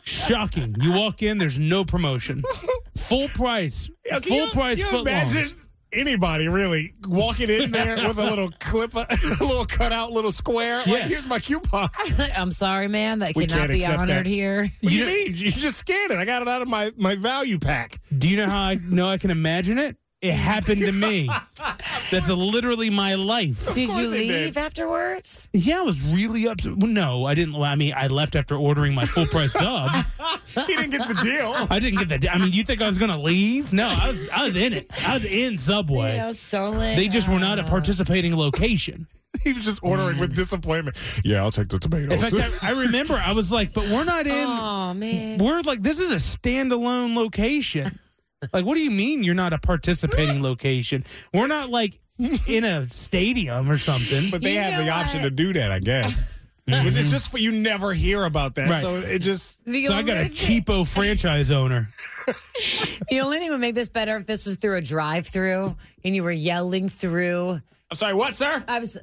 D: Shocking! You walk in, there's no promotion. Full price.
B: Yeah,
D: full
B: can you,
D: price.
B: can you
D: footlong.
B: imagine anybody really walking in there
D: *laughs*
B: with a little clip, a little cutout, little square?
D: Yeah.
B: Like, here's my coupon.
C: I'm sorry, ma'am. That
B: We
C: cannot
B: can't
C: be
B: accept
C: honored
B: that.
C: here.
B: What
D: You
B: do you mean? You just scan it. I got it out of my my value pack.
D: Do you know how I know I can imagine it? It happened to me. That's literally my life.
C: Did you
B: course they did.
C: leave afterwards?
D: Yeah, I was really upset. Well, no, I didn't. I mean, I left after ordering my full price sub.
B: He didn't get the deal.
D: *laughs* I didn't get that. I mean, you think I was gonna leave? No, I was. I was in it. I was in Subway.
C: so
D: they just were not a participating location.
B: He was just ordering with disappointment. Yeah, I'll take the
D: In
B: tomatoes.
D: fact, I, I remember I was like, "But we're not in.
C: Oh man.
D: We're like this is a standalone location. Like, what do you mean you're not a participating location? We're not like in a stadium or something."
B: but they
C: You
B: have
C: know
B: the option
C: what?
B: to do that, I *laughs* guess. Which is just for you never hear about that.
D: Right.
B: So it just
C: The
D: So I got a
C: only thing-
D: cheapo franchise owner.
C: The only thing would make this better if this was through a drive-through and you were yelling through.
B: I'm sorry,
C: *laughs*
B: what, sir?
C: I was.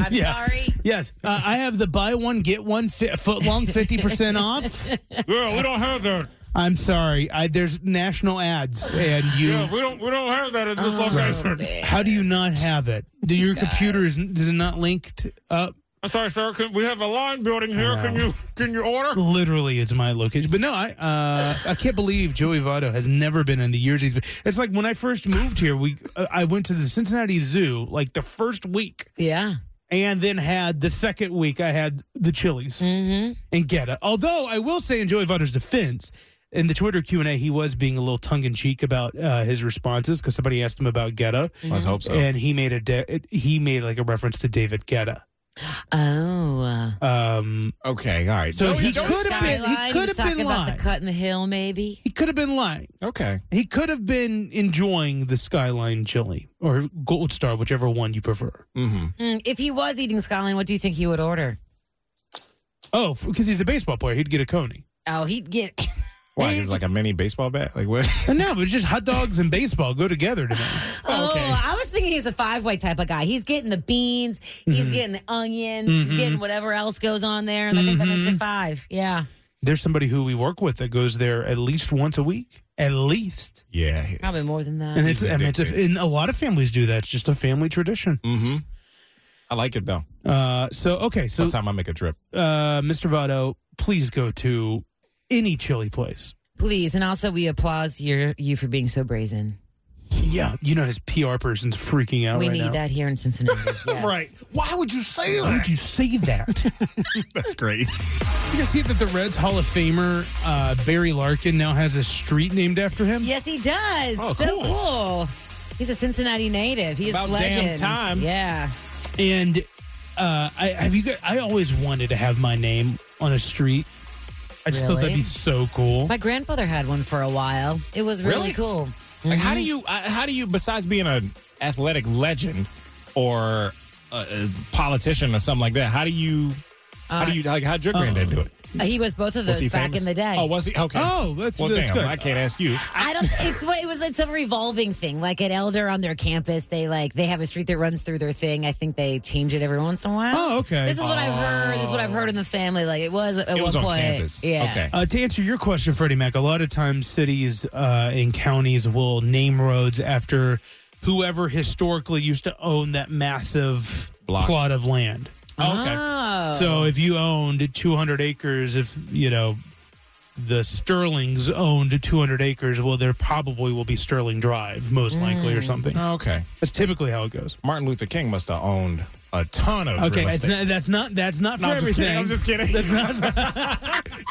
C: I'm
D: Yeah.
C: sorry.
B: *laughs*
D: Yes, uh, I have the buy one get one fi- foot long fifty percent off.
B: Yeah, we don't have that.
D: I'm sorry, I, there's national ads, and you.
B: we don't we don't have that at this location.
D: How do you not have it? Do your computer is does it not linked up?
B: I'm sorry, sir. Can, we have a line building here. Can you can you order?
D: Literally, it's my location. But no, I uh, I can't believe Joey Votto has never been in the years he's been. It's like when I first moved here, we uh, I went to the Cincinnati Zoo like the first week,
C: Yeah.
D: and then had the second week I had the Chili's and Geta. Although I will say, in Joey Votto's defense. In the Twitter Q and A, he was being a little tongue in cheek about uh, his responses because somebody asked him about Geta,
B: Let's hope so.
D: and he made a de- he made like a reference to David Guetta.
C: Oh. uh,
D: Um,
B: Okay, all right.
D: So he
B: Joey-
D: could have been.
C: Skyline,
D: He could
C: he's
D: have
C: talking
D: been
C: about
D: lying.
C: the cut in the hill, maybe.
D: He could have been lying.
B: Okay.
D: He could have been enjoying the Skyline chili or Gold Star, whichever one you prefer.
B: Mm-hmm.
C: Mm, if he was eating Skyline, what do you think he would order?
D: Oh, because he's a baseball player, he'd get a coney.
C: *laughs* Oh, he'd get.
B: Why? It's like a mini baseball bat. Like what? *laughs*
D: Uh, No, but just hot dogs and baseball go together to me.
C: Oh, I was thinking he was a five way type of guy. He's getting the beans, he's
D: Mhm.
C: getting the onions, he's
D: Mhm.
C: getting whatever else goes on there. And I think that
D: Mm-hmm.
C: makes it five. Yeah.
D: There's somebody who we work with that goes there at least once a week, at least.
B: Yeah,
C: Probably more than that.
D: and it's, I mean, it's a, and a lot of families do that. It's just a family tradition.
B: Mm-hmm. I like it though.
D: Uh, so okay, so
B: One time I make a trip.
D: uh, Mr. Votto, please go to any chili place.
C: Please. And also, we applaud your, you for being so brazen.
D: Yeah, you know his PR person's freaking out
C: we
D: right
C: need
D: now.
C: that here in Cincinnati.
D: *laughs*
C: Yes.
B: Right. Why would you say
D: Why would you say that?
C: *laughs*
B: That's great.
D: You guys see that the Reds Hall of Famer uh, Barry Larkin now has a street named after him.
C: *laughs* Yes, he does.
D: Oh,
C: so
D: cool.
C: cool. He's a Cincinnati native. He is
D: About damn
C: legend.
D: time.
C: Yeah.
D: And uh, I have you. Guys, I always wanted to have my name on a street. I just thought that'd
C: Really?
D: be so cool.
C: My grandfather had one for a while. It was really,
B: Really?
C: cool.
B: Like how
C: Mhm.
B: do you? uh, How do you? Besides being an athletic legend or a, a politician or something like that, how do you? How do you? Like how'd your granddad do it?
C: Uh, He was both of
B: Was
C: those
B: he
C: back
B: famous?
C: in the day.
B: Oh, was he? Okay.
D: Oh, that's-
B: well.
D: that's
B: damn,
D: good.
B: I can't ask you.
C: I don't. It's what it was. It's a revolving thing. Like at Elder on their campus, they like they have a street that runs through their thing. I think they change it every once in a while.
D: Oh, okay.
C: This is what I've heard. This is what I've heard in the family. Like it was at
D: It
C: one
D: was on
C: point.
D: campus.
C: Yeah.
D: Uh, to answer your question, Freddie Mac, a lot of times cities uh, and counties will name roads after whoever historically used to own that massive
B: Block.
D: plot of land.
C: Oh.
B: okay. Uh-huh.
D: So if you owned 200 acres, if you know the Sterlings owned 200 acres, well, there probably will be Sterling Drive, most likely,
B: Mm.
D: or something.
B: Okay.
D: That's typically how it goes.
B: Martin Luther King must have owned a ton of.
D: Okay,
B: real
D: it's
B: estate.
D: not, that's not that's not for
B: No, I'm just
D: everything.
B: kidding. I'm just kidding.
D: That's not
B: *laughs*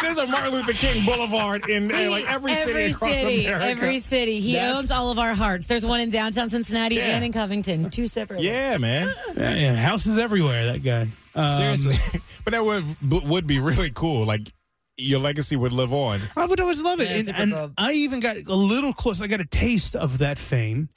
B: There's a Martin Luther King Boulevard
C: *laughs*
B: in uh, like every, city across
C: city,
B: America.
C: every city. He
B: That's-
C: owns all of our hearts. There's one in downtown Cincinnati
B: Yeah.
C: and in Covington, two separate. *laughs*
B: Yeah, man.
D: Yeah, yeah, houses everywhere. That guy. Um,
B: Seriously, *laughs* but that would but would be really cool. Like your legacy would live on.
D: I would always love it.
B: Yeah,
D: and
B: super
D: and
B: cool.
D: I even got a little close. I got a taste of that fame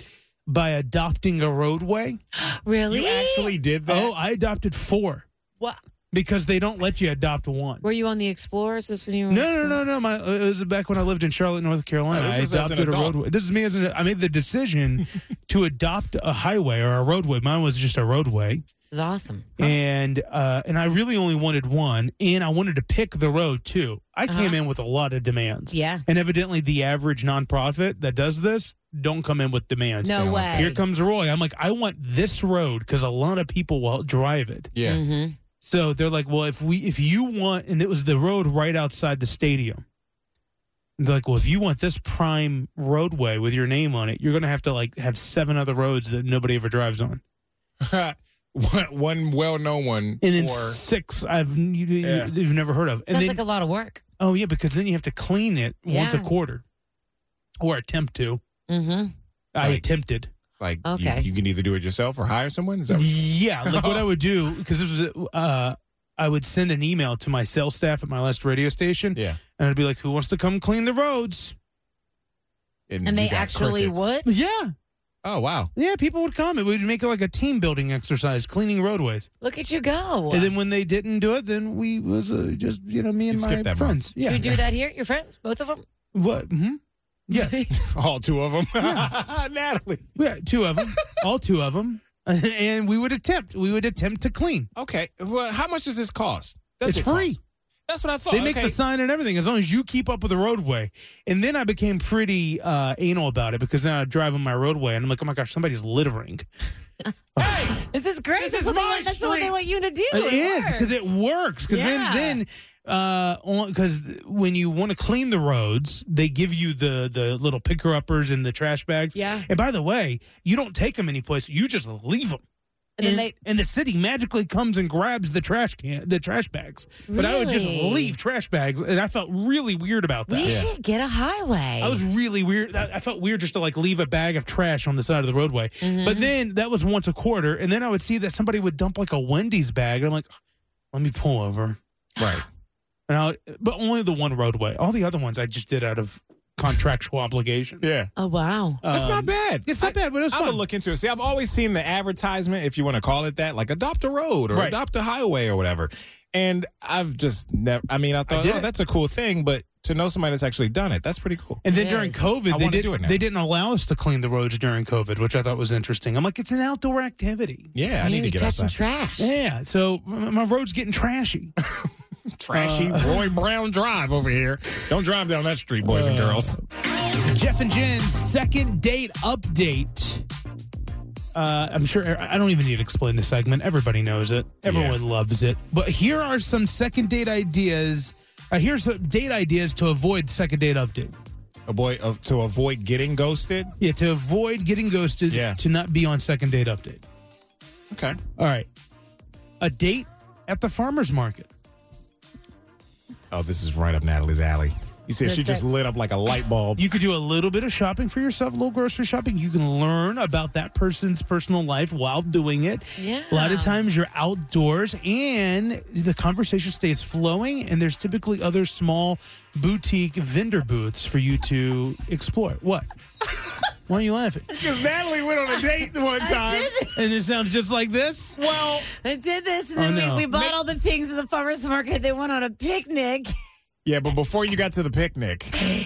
D: by adopting a roadway.
C: Really?
B: You actually did that?
D: Oh, I adopted four.
C: What?
D: Because they don't let you adopt one.
C: Were you on the Explorers? This when you were
D: No, no, no, no. My it was back when I lived in Charlotte, North Carolina.
B: Oh, this
D: I
B: is as an
D: adopted a
B: adult.
D: roadway. This is me as an. I made the
B: *laughs*
D: decision to adopt a highway or a roadway. Mine was just a roadway.
C: This is awesome.
D: and uh, and I really only wanted one, and I wanted to pick the road too. I
B: Uh-huh.
D: came in with a lot of demands.
C: Yeah.
D: and evidently the average nonprofit that does this don't come in with demands.
C: No They don't. way.
D: Here comes Roy. I'm like, I want this road because a lot of people will drive it.
B: Yeah.
D: So they're like, well, if we if you want, and it was the road right outside the stadium. And They're like, well, if you want this prime roadway with your name on it, you're gonna have to like have seven other roads that nobody ever drives on.
B: *laughs* one, one well-known one.
D: and then
B: for-
D: six I've you, you-
B: Yeah.
D: you've never heard of. And
C: Sounds
D: then,
C: like a lot of work.
D: oh yeah, because then you have to clean it once a
C: Yeah.
D: quarter, or attempt to.
C: Mm-hmm.
D: I
B: Like-
D: attempted.
B: like you-
C: Okay.
B: you, can either do it yourself or hire someone. Is
D: *laughs*
B: that
D: Yeah, like what I would do because this was uh, I would send an email to my sales staff at my last radio station.
B: Yeah.
D: and I'd be like, "Who wants to come clean the roads?"
C: And
B: you
C: they
B: got
C: actually
B: crickets.
C: would?
D: Yeah,
B: Oh wow. *laughs*
D: yeah, people would come. It would make it like a team building exercise, cleaning roadways.
C: Look at you go.
D: And then when they didn't do it, then we was uh, just you know me and
B: You
D: my
B: skipped that month.
D: friends. Yeah,
C: Should we do that here? Your friends? Both of them?
D: what? hmm
B: *laughs*
D: Yes.
B: All two of them. *laughs* Natalie.
D: Yeah, two of them, all two of them, *laughs* and we would attempt. We would attempt to clean.
B: Okay. Well, how much does this cost? Does
D: it's
B: it
D: free.
B: cost? That's what I thought.
D: They make
B: Oh, Okay.
D: the sign and everything as long as you keep up with the roadway. And then I became pretty uh, anal about it because then I drive on my roadway and I'm like, oh my gosh, somebody's littering.
C: This is great.
B: This
C: that's
B: is
C: what they
B: my
C: want. That's what they
B: street.
C: want you to do.
D: it is because it
C: works.
D: works. Because
C: Yeah.
D: then, then because when you want to clean the roads, they give you the the little picker uppers and the trash bags.
C: Yeah.
D: And by the way, you don't take them anyplace. You just leave them.
C: And then they-
D: and the city magically comes and grabs the trash can, the trash bags. But I would just
C: Really?
D: leave trash bags, and I felt really weird about that.
C: We should get a highway.
D: I was really weird. I I felt weird just to like leave a bag of trash on the side of the roadway.
B: Mm-hmm.
D: But then that was once a quarter, and then I would see that somebody would dump like a Wendy's bag, and I'm like, let me pull over.
B: right.
D: And I, but only the one roadway. All the other ones I just did out of contractual obligation.
B: Yeah.
C: oh wow.
B: That's
D: Um,
B: not bad.
D: *laughs* It's not bad, but it's
B: I would
D: fun.
B: look into it. See, I've always seen the advertisement, if you want to call it that, like adopt a road or
D: Right.
B: adopt a highway or whatever. And I've just never. I mean, I thought,
D: did
B: oh,
D: it.
B: that's a cool thing, but to know somebody that's actually done it. That's pretty cool.
D: And then during COVID,
B: I
D: they
B: wanna
D: did
B: do it now.
D: They didn't allow us to clean the roads during COVID, which I thought was interesting. I'm like, it's an outdoor activity.
B: Yeah, I need to get outside.
D: Yeah, so m- my road's getting trashy.
B: Trashy
D: uh,
B: Roy Brown Drive over here. Don't drive down that street, boys
D: Uh,
B: and girls.
D: Jeff and Jen's second date update. Uh, I'm sure I don't even need to explain the segment. Everybody knows it. Everyone loves it. But here are some second date ideas. Uh, here's some date ideas to avoid second date update.
B: A boy of to avoid getting ghosted.
D: Yeah, to avoid getting ghosted. Yeah. To not be on second date update.
B: Okay.
D: All right. A date at the farmer's market.
B: Oh, this is right up Natalie's alley. You see,
D: That's
B: she just
D: it.
B: lit up like a light bulb.
D: You could do a little bit of shopping for yourself, a little grocery shopping. You can learn about that person's personal life while doing it.
C: Yeah.
D: A lot of times you're outdoors and the conversation stays flowing, and there's typically other small boutique vendor booths for you to explore. What? Why are you laughing?
B: Because Natalie went on a date one time.
D: And it sounds just like this?
B: Well,
C: I did this, and
D: Oh,
C: then
D: no.
C: we, we bought all the things at the farmer's market. They went on a picnic. *laughs*
B: Yeah, but before you got to the picnic,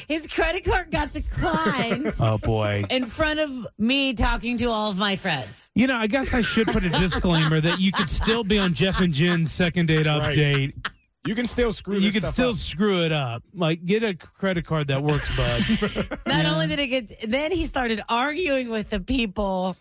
C: His credit card got declined
D: Oh, boy.
C: in front of me talking to all of my friends.
D: You know, I guess I should put a disclaimer that you could still be on Jeff and Jen's second date
B: Right.
D: update.
B: you can still screw.
D: You
B: this
D: can
B: stuff
D: still
B: up.
D: screw it up. Like, get a credit card that
B: *laughs*
D: works, bud.
C: Not only did it get, then he started arguing with the people.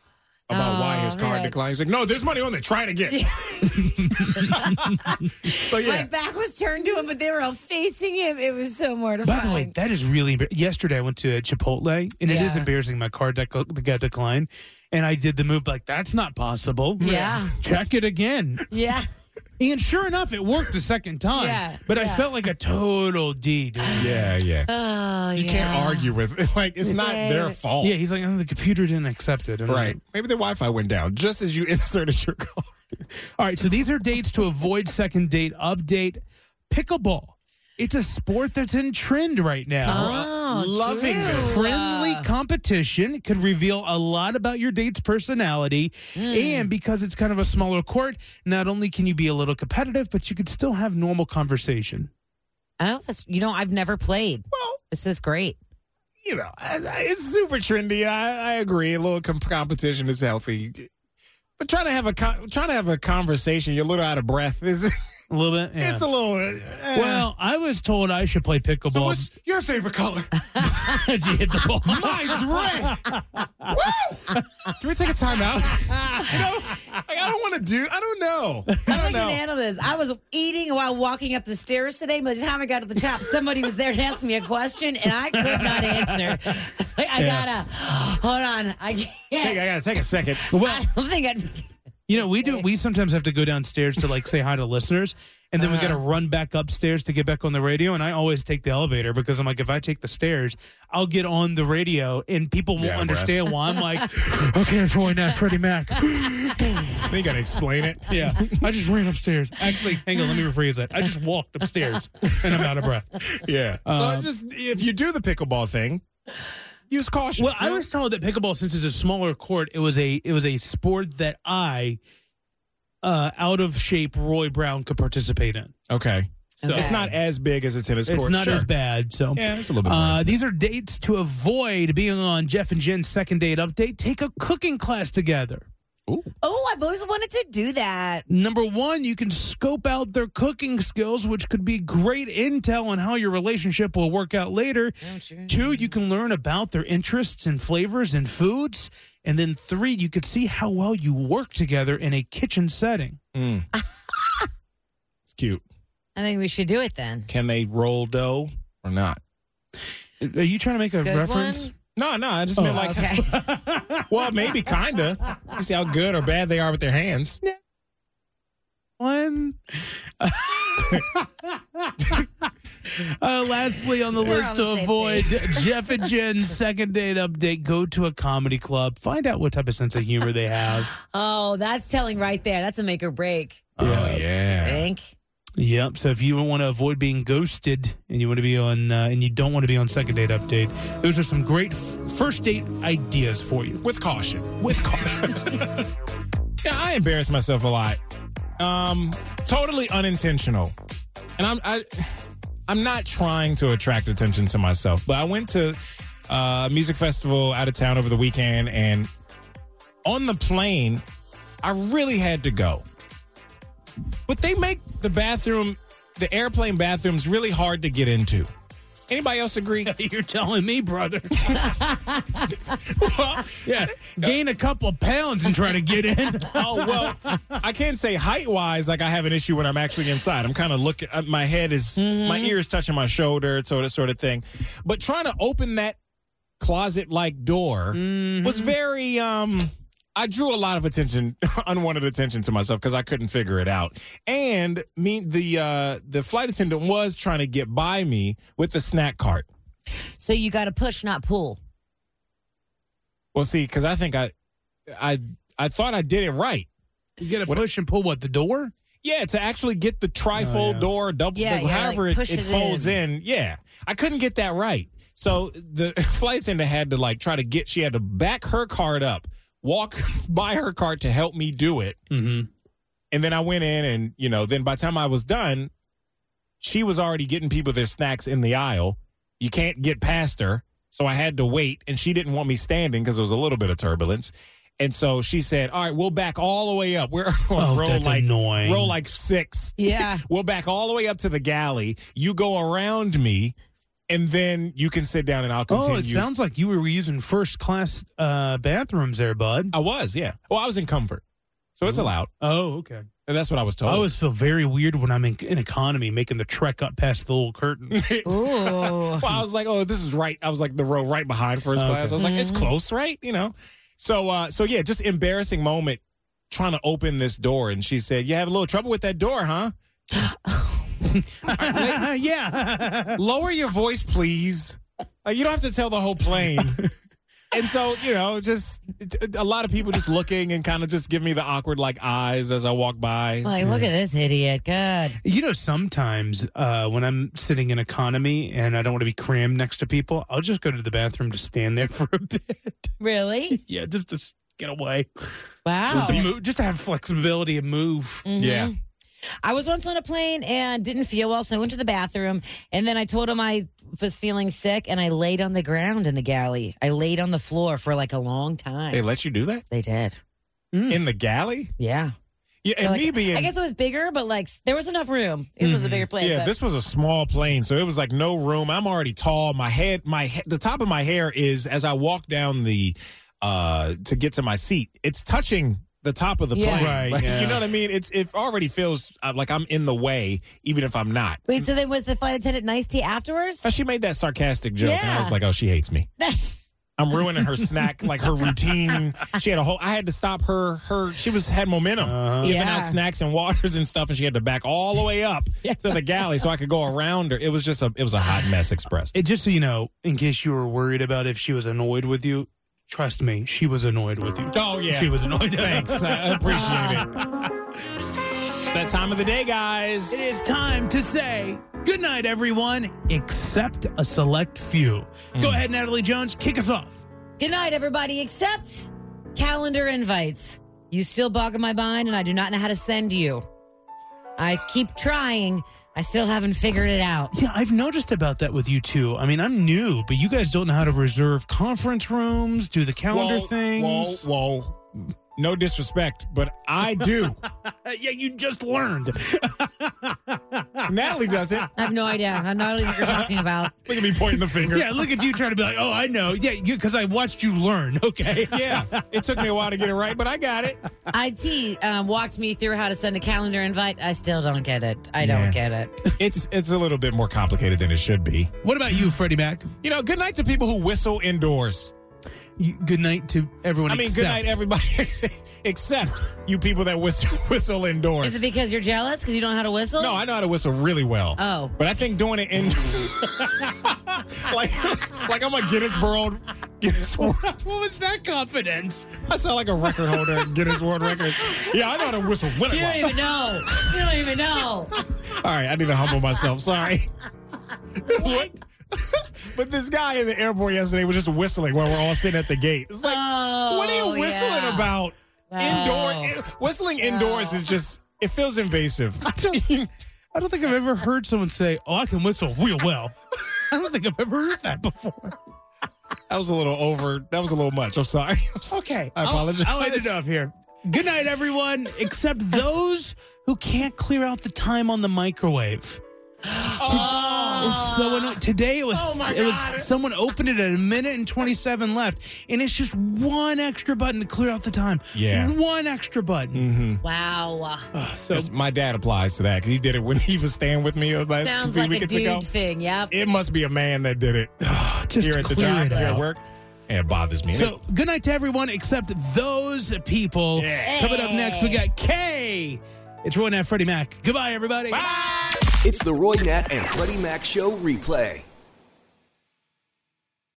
B: about why
C: Oh,
B: his card
C: man.
B: declined. He's like, no, there's money on there. Try it again. *laughs* so yeah,
C: My back was turned to him, but they were all facing him. It was so mortifying.
D: By the way, that is really embar- yesterday. I went to Chipotle, and it is
C: Yeah.
D: embarrassing. My card that got declined, and I did the move like that's not possible.
C: Yeah.
D: check it again.
C: yeah.
D: And sure enough, it worked the second time.
C: Yeah,
D: but I
C: yeah.
D: felt like a total D,
B: *sighs*
D: dude.
B: yeah, yeah.
C: Oh,
B: You can't argue with it. *laughs* Like it's not their fault.
D: Yeah, he's like, oh, the computer didn't accept it. And I'm
B: Right.
D: like,
B: Maybe the Wi-Fi went down just as you *laughs* inserted your card.
D: All right, so these are dates to avoid second date update. Pickleball. It's a sport that's in trend right now.
C: Oh,
B: Loving
C: true.
B: this.
D: friendly
C: Uh,
D: competition could reveal a lot about your date's personality and because it's kind of a smaller court not only can you be a little competitive but you could still have normal conversation
C: I don't, that's- you know, I've never played.
B: Well,
C: This is great.
B: you know, I- I- it's super trendy. I, I agree. A little com- competition is healthy. But trying to have a con- trying to have a conversation, you're a little out of breath. Is
D: a little bit yeah.
B: *laughs* it's a little uh,
D: well i was told i should play
B: So
D: pickleball *laughs*
B: what's your favorite color?
D: as you hit the ball *laughs*
B: Mine's red. Woo! Can we take a timeout? You know, like, I don't want to do. I don't know. I
C: I
B: don't
C: can
B: know.
C: handle this. I was eating while walking up the stairs today. By the time I got to the top, somebody was there to ask me a question, and I could not answer. *laughs* I was like, I
D: Yeah.
C: gotta hold on. I
B: Take,
C: can't.
B: *laughs* I gotta take a second.
C: I don't think I'd. *laughs*
D: you know we do we sometimes have to go downstairs to like say hi to listeners and then we got to run back upstairs to get back on the radio and i always take the elevator because i'm like if i take the stairs i'll get on the radio and people won't
B: Yeah,
D: understand why i'm like okay it's roy not freddie mac
B: Then you gotta explain it.
D: Yeah, I just ran upstairs. Actually, hang on, let me rephrase that. I just walked upstairs and I'm out of breath.
B: Yeah. so
D: Um,
B: just if you do the pickleball thing, use caution.
D: Well, I
B: You know?
D: was told that pickleball, since it's a smaller court, it was a it was a sport that I, uh, out of shape Roy Brown could participate in.
B: okay.
C: Okay.
B: It's not as big as a tennis
D: It's
B: court.
D: not
B: sure.
D: as bad. So
B: Yeah, it's a little bit. More
D: Uh,
B: intimate.
D: these are dates to avoid being on Jeff and Jen's second date update. Take a cooking class together.
C: Oh, I've always wanted to do that.
D: Number one, you can scope out their cooking skills, which could be great intel on how your relationship will work out later. Two, you can learn about their interests and flavors and foods. And then three, you could see how well you work together in a kitchen setting.
B: Mm. it's cute.
C: I think we should do it then.
B: Can they roll dough or not?
D: Are you trying to make a
C: Good
D: reference?
C: one.
B: No, no. I just meant
D: Oh.
B: like,
C: okay. *laughs*
B: well, maybe kinda. You see how good or bad they are with their hands.
D: One. *laughs* uh, lastly, on the
C: We're
D: list
C: on
D: to
C: the same
D: avoid *laughs* Jeff and Jen's second date update, go to a comedy club, find out what type of sense of humor they
C: *laughs*
D: have.
C: oh, that's telling right there. That's a make or break.
B: Oh yeah.
C: Think.
D: Yep. So if you want to avoid being ghosted and you want to be on uh, and you don't want to be on second date update, those are some great f- first date ideas for you. *laughs*
B: With caution. With caution. *laughs* yeah, I embarrass myself a lot. Um, totally unintentional, and I'm I. I I'm not trying to attract attention to myself, but I went to uh, a music festival out of town over the weekend, and on the plane, I really had to go. But they make the bathroom, the airplane bathrooms, really hard to get into. Anybody else agree?
D: You're telling me,
C: *laughs*
D: brother. yeah, gain a couple pounds and try to get
C: *laughs*
D: in.
B: oh well, I can't say height wise like I have an issue when I'm actually inside. I'm kind of looking. uh, My head is my ear is touching my shoulder, sort of sort of thing. But trying to open that closet like door was very. um I drew a lot of attention, *laughs* unwanted attention to myself because I couldn't figure it out. And me, the uh, the flight attendant was trying to get by me with the snack cart.
C: So you got to push, not pull.
B: Well, see, because I think I, I, I thought I did it right.
D: You got to push and pull what the door?
B: Yeah, to actually get the
A: Oh,
B: trifold door, double,
C: Yeah,
B: double-
C: yeah, like
B: however
C: push
B: it, it
C: it
B: folds
C: in.
B: in. Yeah, I couldn't get that right. So the *laughs* flight attendant had to like try to get. She had to back her cart up, walk *laughs* by her cart to help me do it,
D: Mm-hmm.
B: and then I went in, and you know, then by the time I was done, she was already getting people their snacks in the aisle. You can't get past her. So I had to wait, and she didn't want me standing because there was a little bit of turbulence. And so she said, All right, we'll back all the way up. We're *laughs* on
D: Oh,
B: row
D: that's
B: like
D: annoying.
B: row like six.
C: Yeah.
B: we'll back all the way up to the galley. You go around me, and then you can sit down and I'll continue.
D: Oh, it sounds like you were using first class uh, bathrooms there, bud.
B: I was, yeah. Well, I was in comfort. So it's allowed.
D: Oh, okay.
B: And that's what I was
D: I
B: told.
D: always feel very weird when I'm in, in economy making the trek up past the little curtain. *laughs*
C: *laughs*
B: *laughs*
C: Ooh.
B: well, I was like, oh, this is right. I was like the row right behind first
D: Okay.
B: class. I was like, it's close, right? You know. So uh so yeah, just embarrassing moment trying to open this door and she said, You have a little trouble with that door, huh?
D: yeah. *laughs*
B: Lower your voice, please. Like you don't have to tell the whole
D: *laughs*
B: plane. and so, you know, just a lot of people just looking and kind of just give me the awkward like eyes as I walk by.
C: Like, look at this idiot. God.
D: You know, sometimes uh, when I'm sitting in economy and I don't want to be crammed next to people, I'll just go to the bathroom to stand there *laughs* for a bit.
C: Really?
D: yeah, just to s- get away.
C: Wow. Mm-hmm.
D: Just, to move, just to have flexibility and move.
B: Yeah.
C: I was once on a plane and didn't feel well, so I went to the bathroom. And then I told him I was feeling sick and I laid on the ground in the galley. I laid on the floor for like a long time.
B: They let you do that?
C: They did.
D: Mm.
B: In the galley?
C: Yeah.
B: Yeah, and
C: Like,
B: me being
C: I guess it was bigger, but like s- there was enough room. This was a bigger plane.
B: Mm-hmm. Yeah,
C: but-
B: this was a small plane, so it was like no room. I'm already tall. My head, my he- the top of my hair is as I walk down the uh to get to my seat. It's touching the top of the
C: Yeah.
B: plane.
D: Right,
B: Like,
D: yeah.
B: You know what I mean? It's it already feels uh, like I'm in the way, even if I'm not.
C: Wait, so then was the flight attendant nice to you afterwards?
B: Uh, She made that sarcastic joke, and I
C: Yeah.
B: was like, "Oh, she hates me."
C: *laughs*
B: *laughs*
C: That's
B: I'm ruining her snack, like her routine. She had a whole. I had to stop her. Her she was had momentum,
D: Oh. Uh-huh.
B: giving
C: Yeah.
B: out snacks and waters and stuff, and she had to back all the way up to the galley so I could go around her. It was just a. It was a hot mess express.
D: It, just so you know, in case you were worried about if she was annoyed with you, trust me, she was annoyed with you.
B: Oh yeah,
D: She was *laughs* annoyed.
B: *laughs* Thanks, I appreciate it. It's that time of the day, guys.
D: It is time to say good night, everyone, except a select few. Go
B: Hmm.
D: ahead, Natalie Jones, kick us off.
C: Good night, everybody, except calendar invites. You still boggle my mind, and I do not know how to send you. I keep trying. I still haven't figured it out.
D: Yeah, I've noticed about that with you too. I mean, I'm new, but you guys don't know how to reserve conference rooms, do the calendar
B: whoa,
D: things.
B: Whoa, whoa. No disrespect, but I
I: *laughs*
B: do.
D: Uh, yeah, you just learned.
B: Natalie doesn't.
C: I have no idea. I'm not even what you're talking
B: *laughs*
C: about.
B: Look at me pointing the finger.
D: yeah, look at you trying to be like, oh, I know. Yeah, because I watched you learn. *laughs* Okay.
B: *laughs* Yeah, it took me a while to get it right, but I got it.
C: IT um, walked me through how to send a calendar invite. I still don't get it. I don't get
B: *laughs*
C: it.
B: It's it's a little bit more complicated than it should be.
D: What about you, Freddie Mac?
B: You know, good night to people who whistle indoors.
D: You, good night to everyone.
B: I mean,
D: except-
B: good night everybody, *laughs* except you people that whistle *laughs* whistle
C: Is it
B: indoors.
C: because you're jealous because you don't know how to whistle?
B: No, I know how to whistle really well.
C: Oh.
B: but I think doing it in *laughs* like like I'm a Guinness World Guinness World. *laughs*
D: what was that confidence?
B: I sound like a record holder at Guinness World Records. Yeah, I know how to whistle really
C: You don't
B: well.
C: even know. You don't even know.
B: All right, I need to humble myself. Sorry. what? *laughs* but this guy in the airport yesterday was just whistling while we're all sitting at the gate. It's *laughs* like,
C: Oh,
B: what are you whistling
C: yeah.
B: about? eh,
C: Wow.
B: Indoor whistling indoors is just it feels invasive.
D: I don't think I've ever heard someone say, "Oh, I can whistle real well." *laughs* I don't think I've ever heard that before.
B: *laughs* That was a little over. That was a little much. I'm sorry. *laughs*
D: Okay,
B: I
D: I'll-
B: apologize.
D: I'll, end it off here. Good night, everyone, except those who can't clear out the time on the microwave.
B: Oh.
D: It's so annoying. Today it was it was someone opened it at a minute and twenty seven left, and it's just one extra button to clear out the time.
B: Yeah.
D: one extra button.
B: Mm-hmm.
C: Wow.
D: So
B: my dad applies to that 'cause he did it when he was staying with me uh, last
C: Sounds
B: few
C: like a
B: weekends
C: dude
B: ago.
C: thing. Yep.
B: It must be a man that did it.
D: Just
B: here at the
D: clear
B: job,
D: it
B: here at
D: out.
B: work. And it bothers me.
D: So good night to everyone except those people. Coming up next, we got Kay. It's Roy and Freddie Mac. Goodbye, everybody.
A: It's the Roy Nat and Freddie Mac Show replay.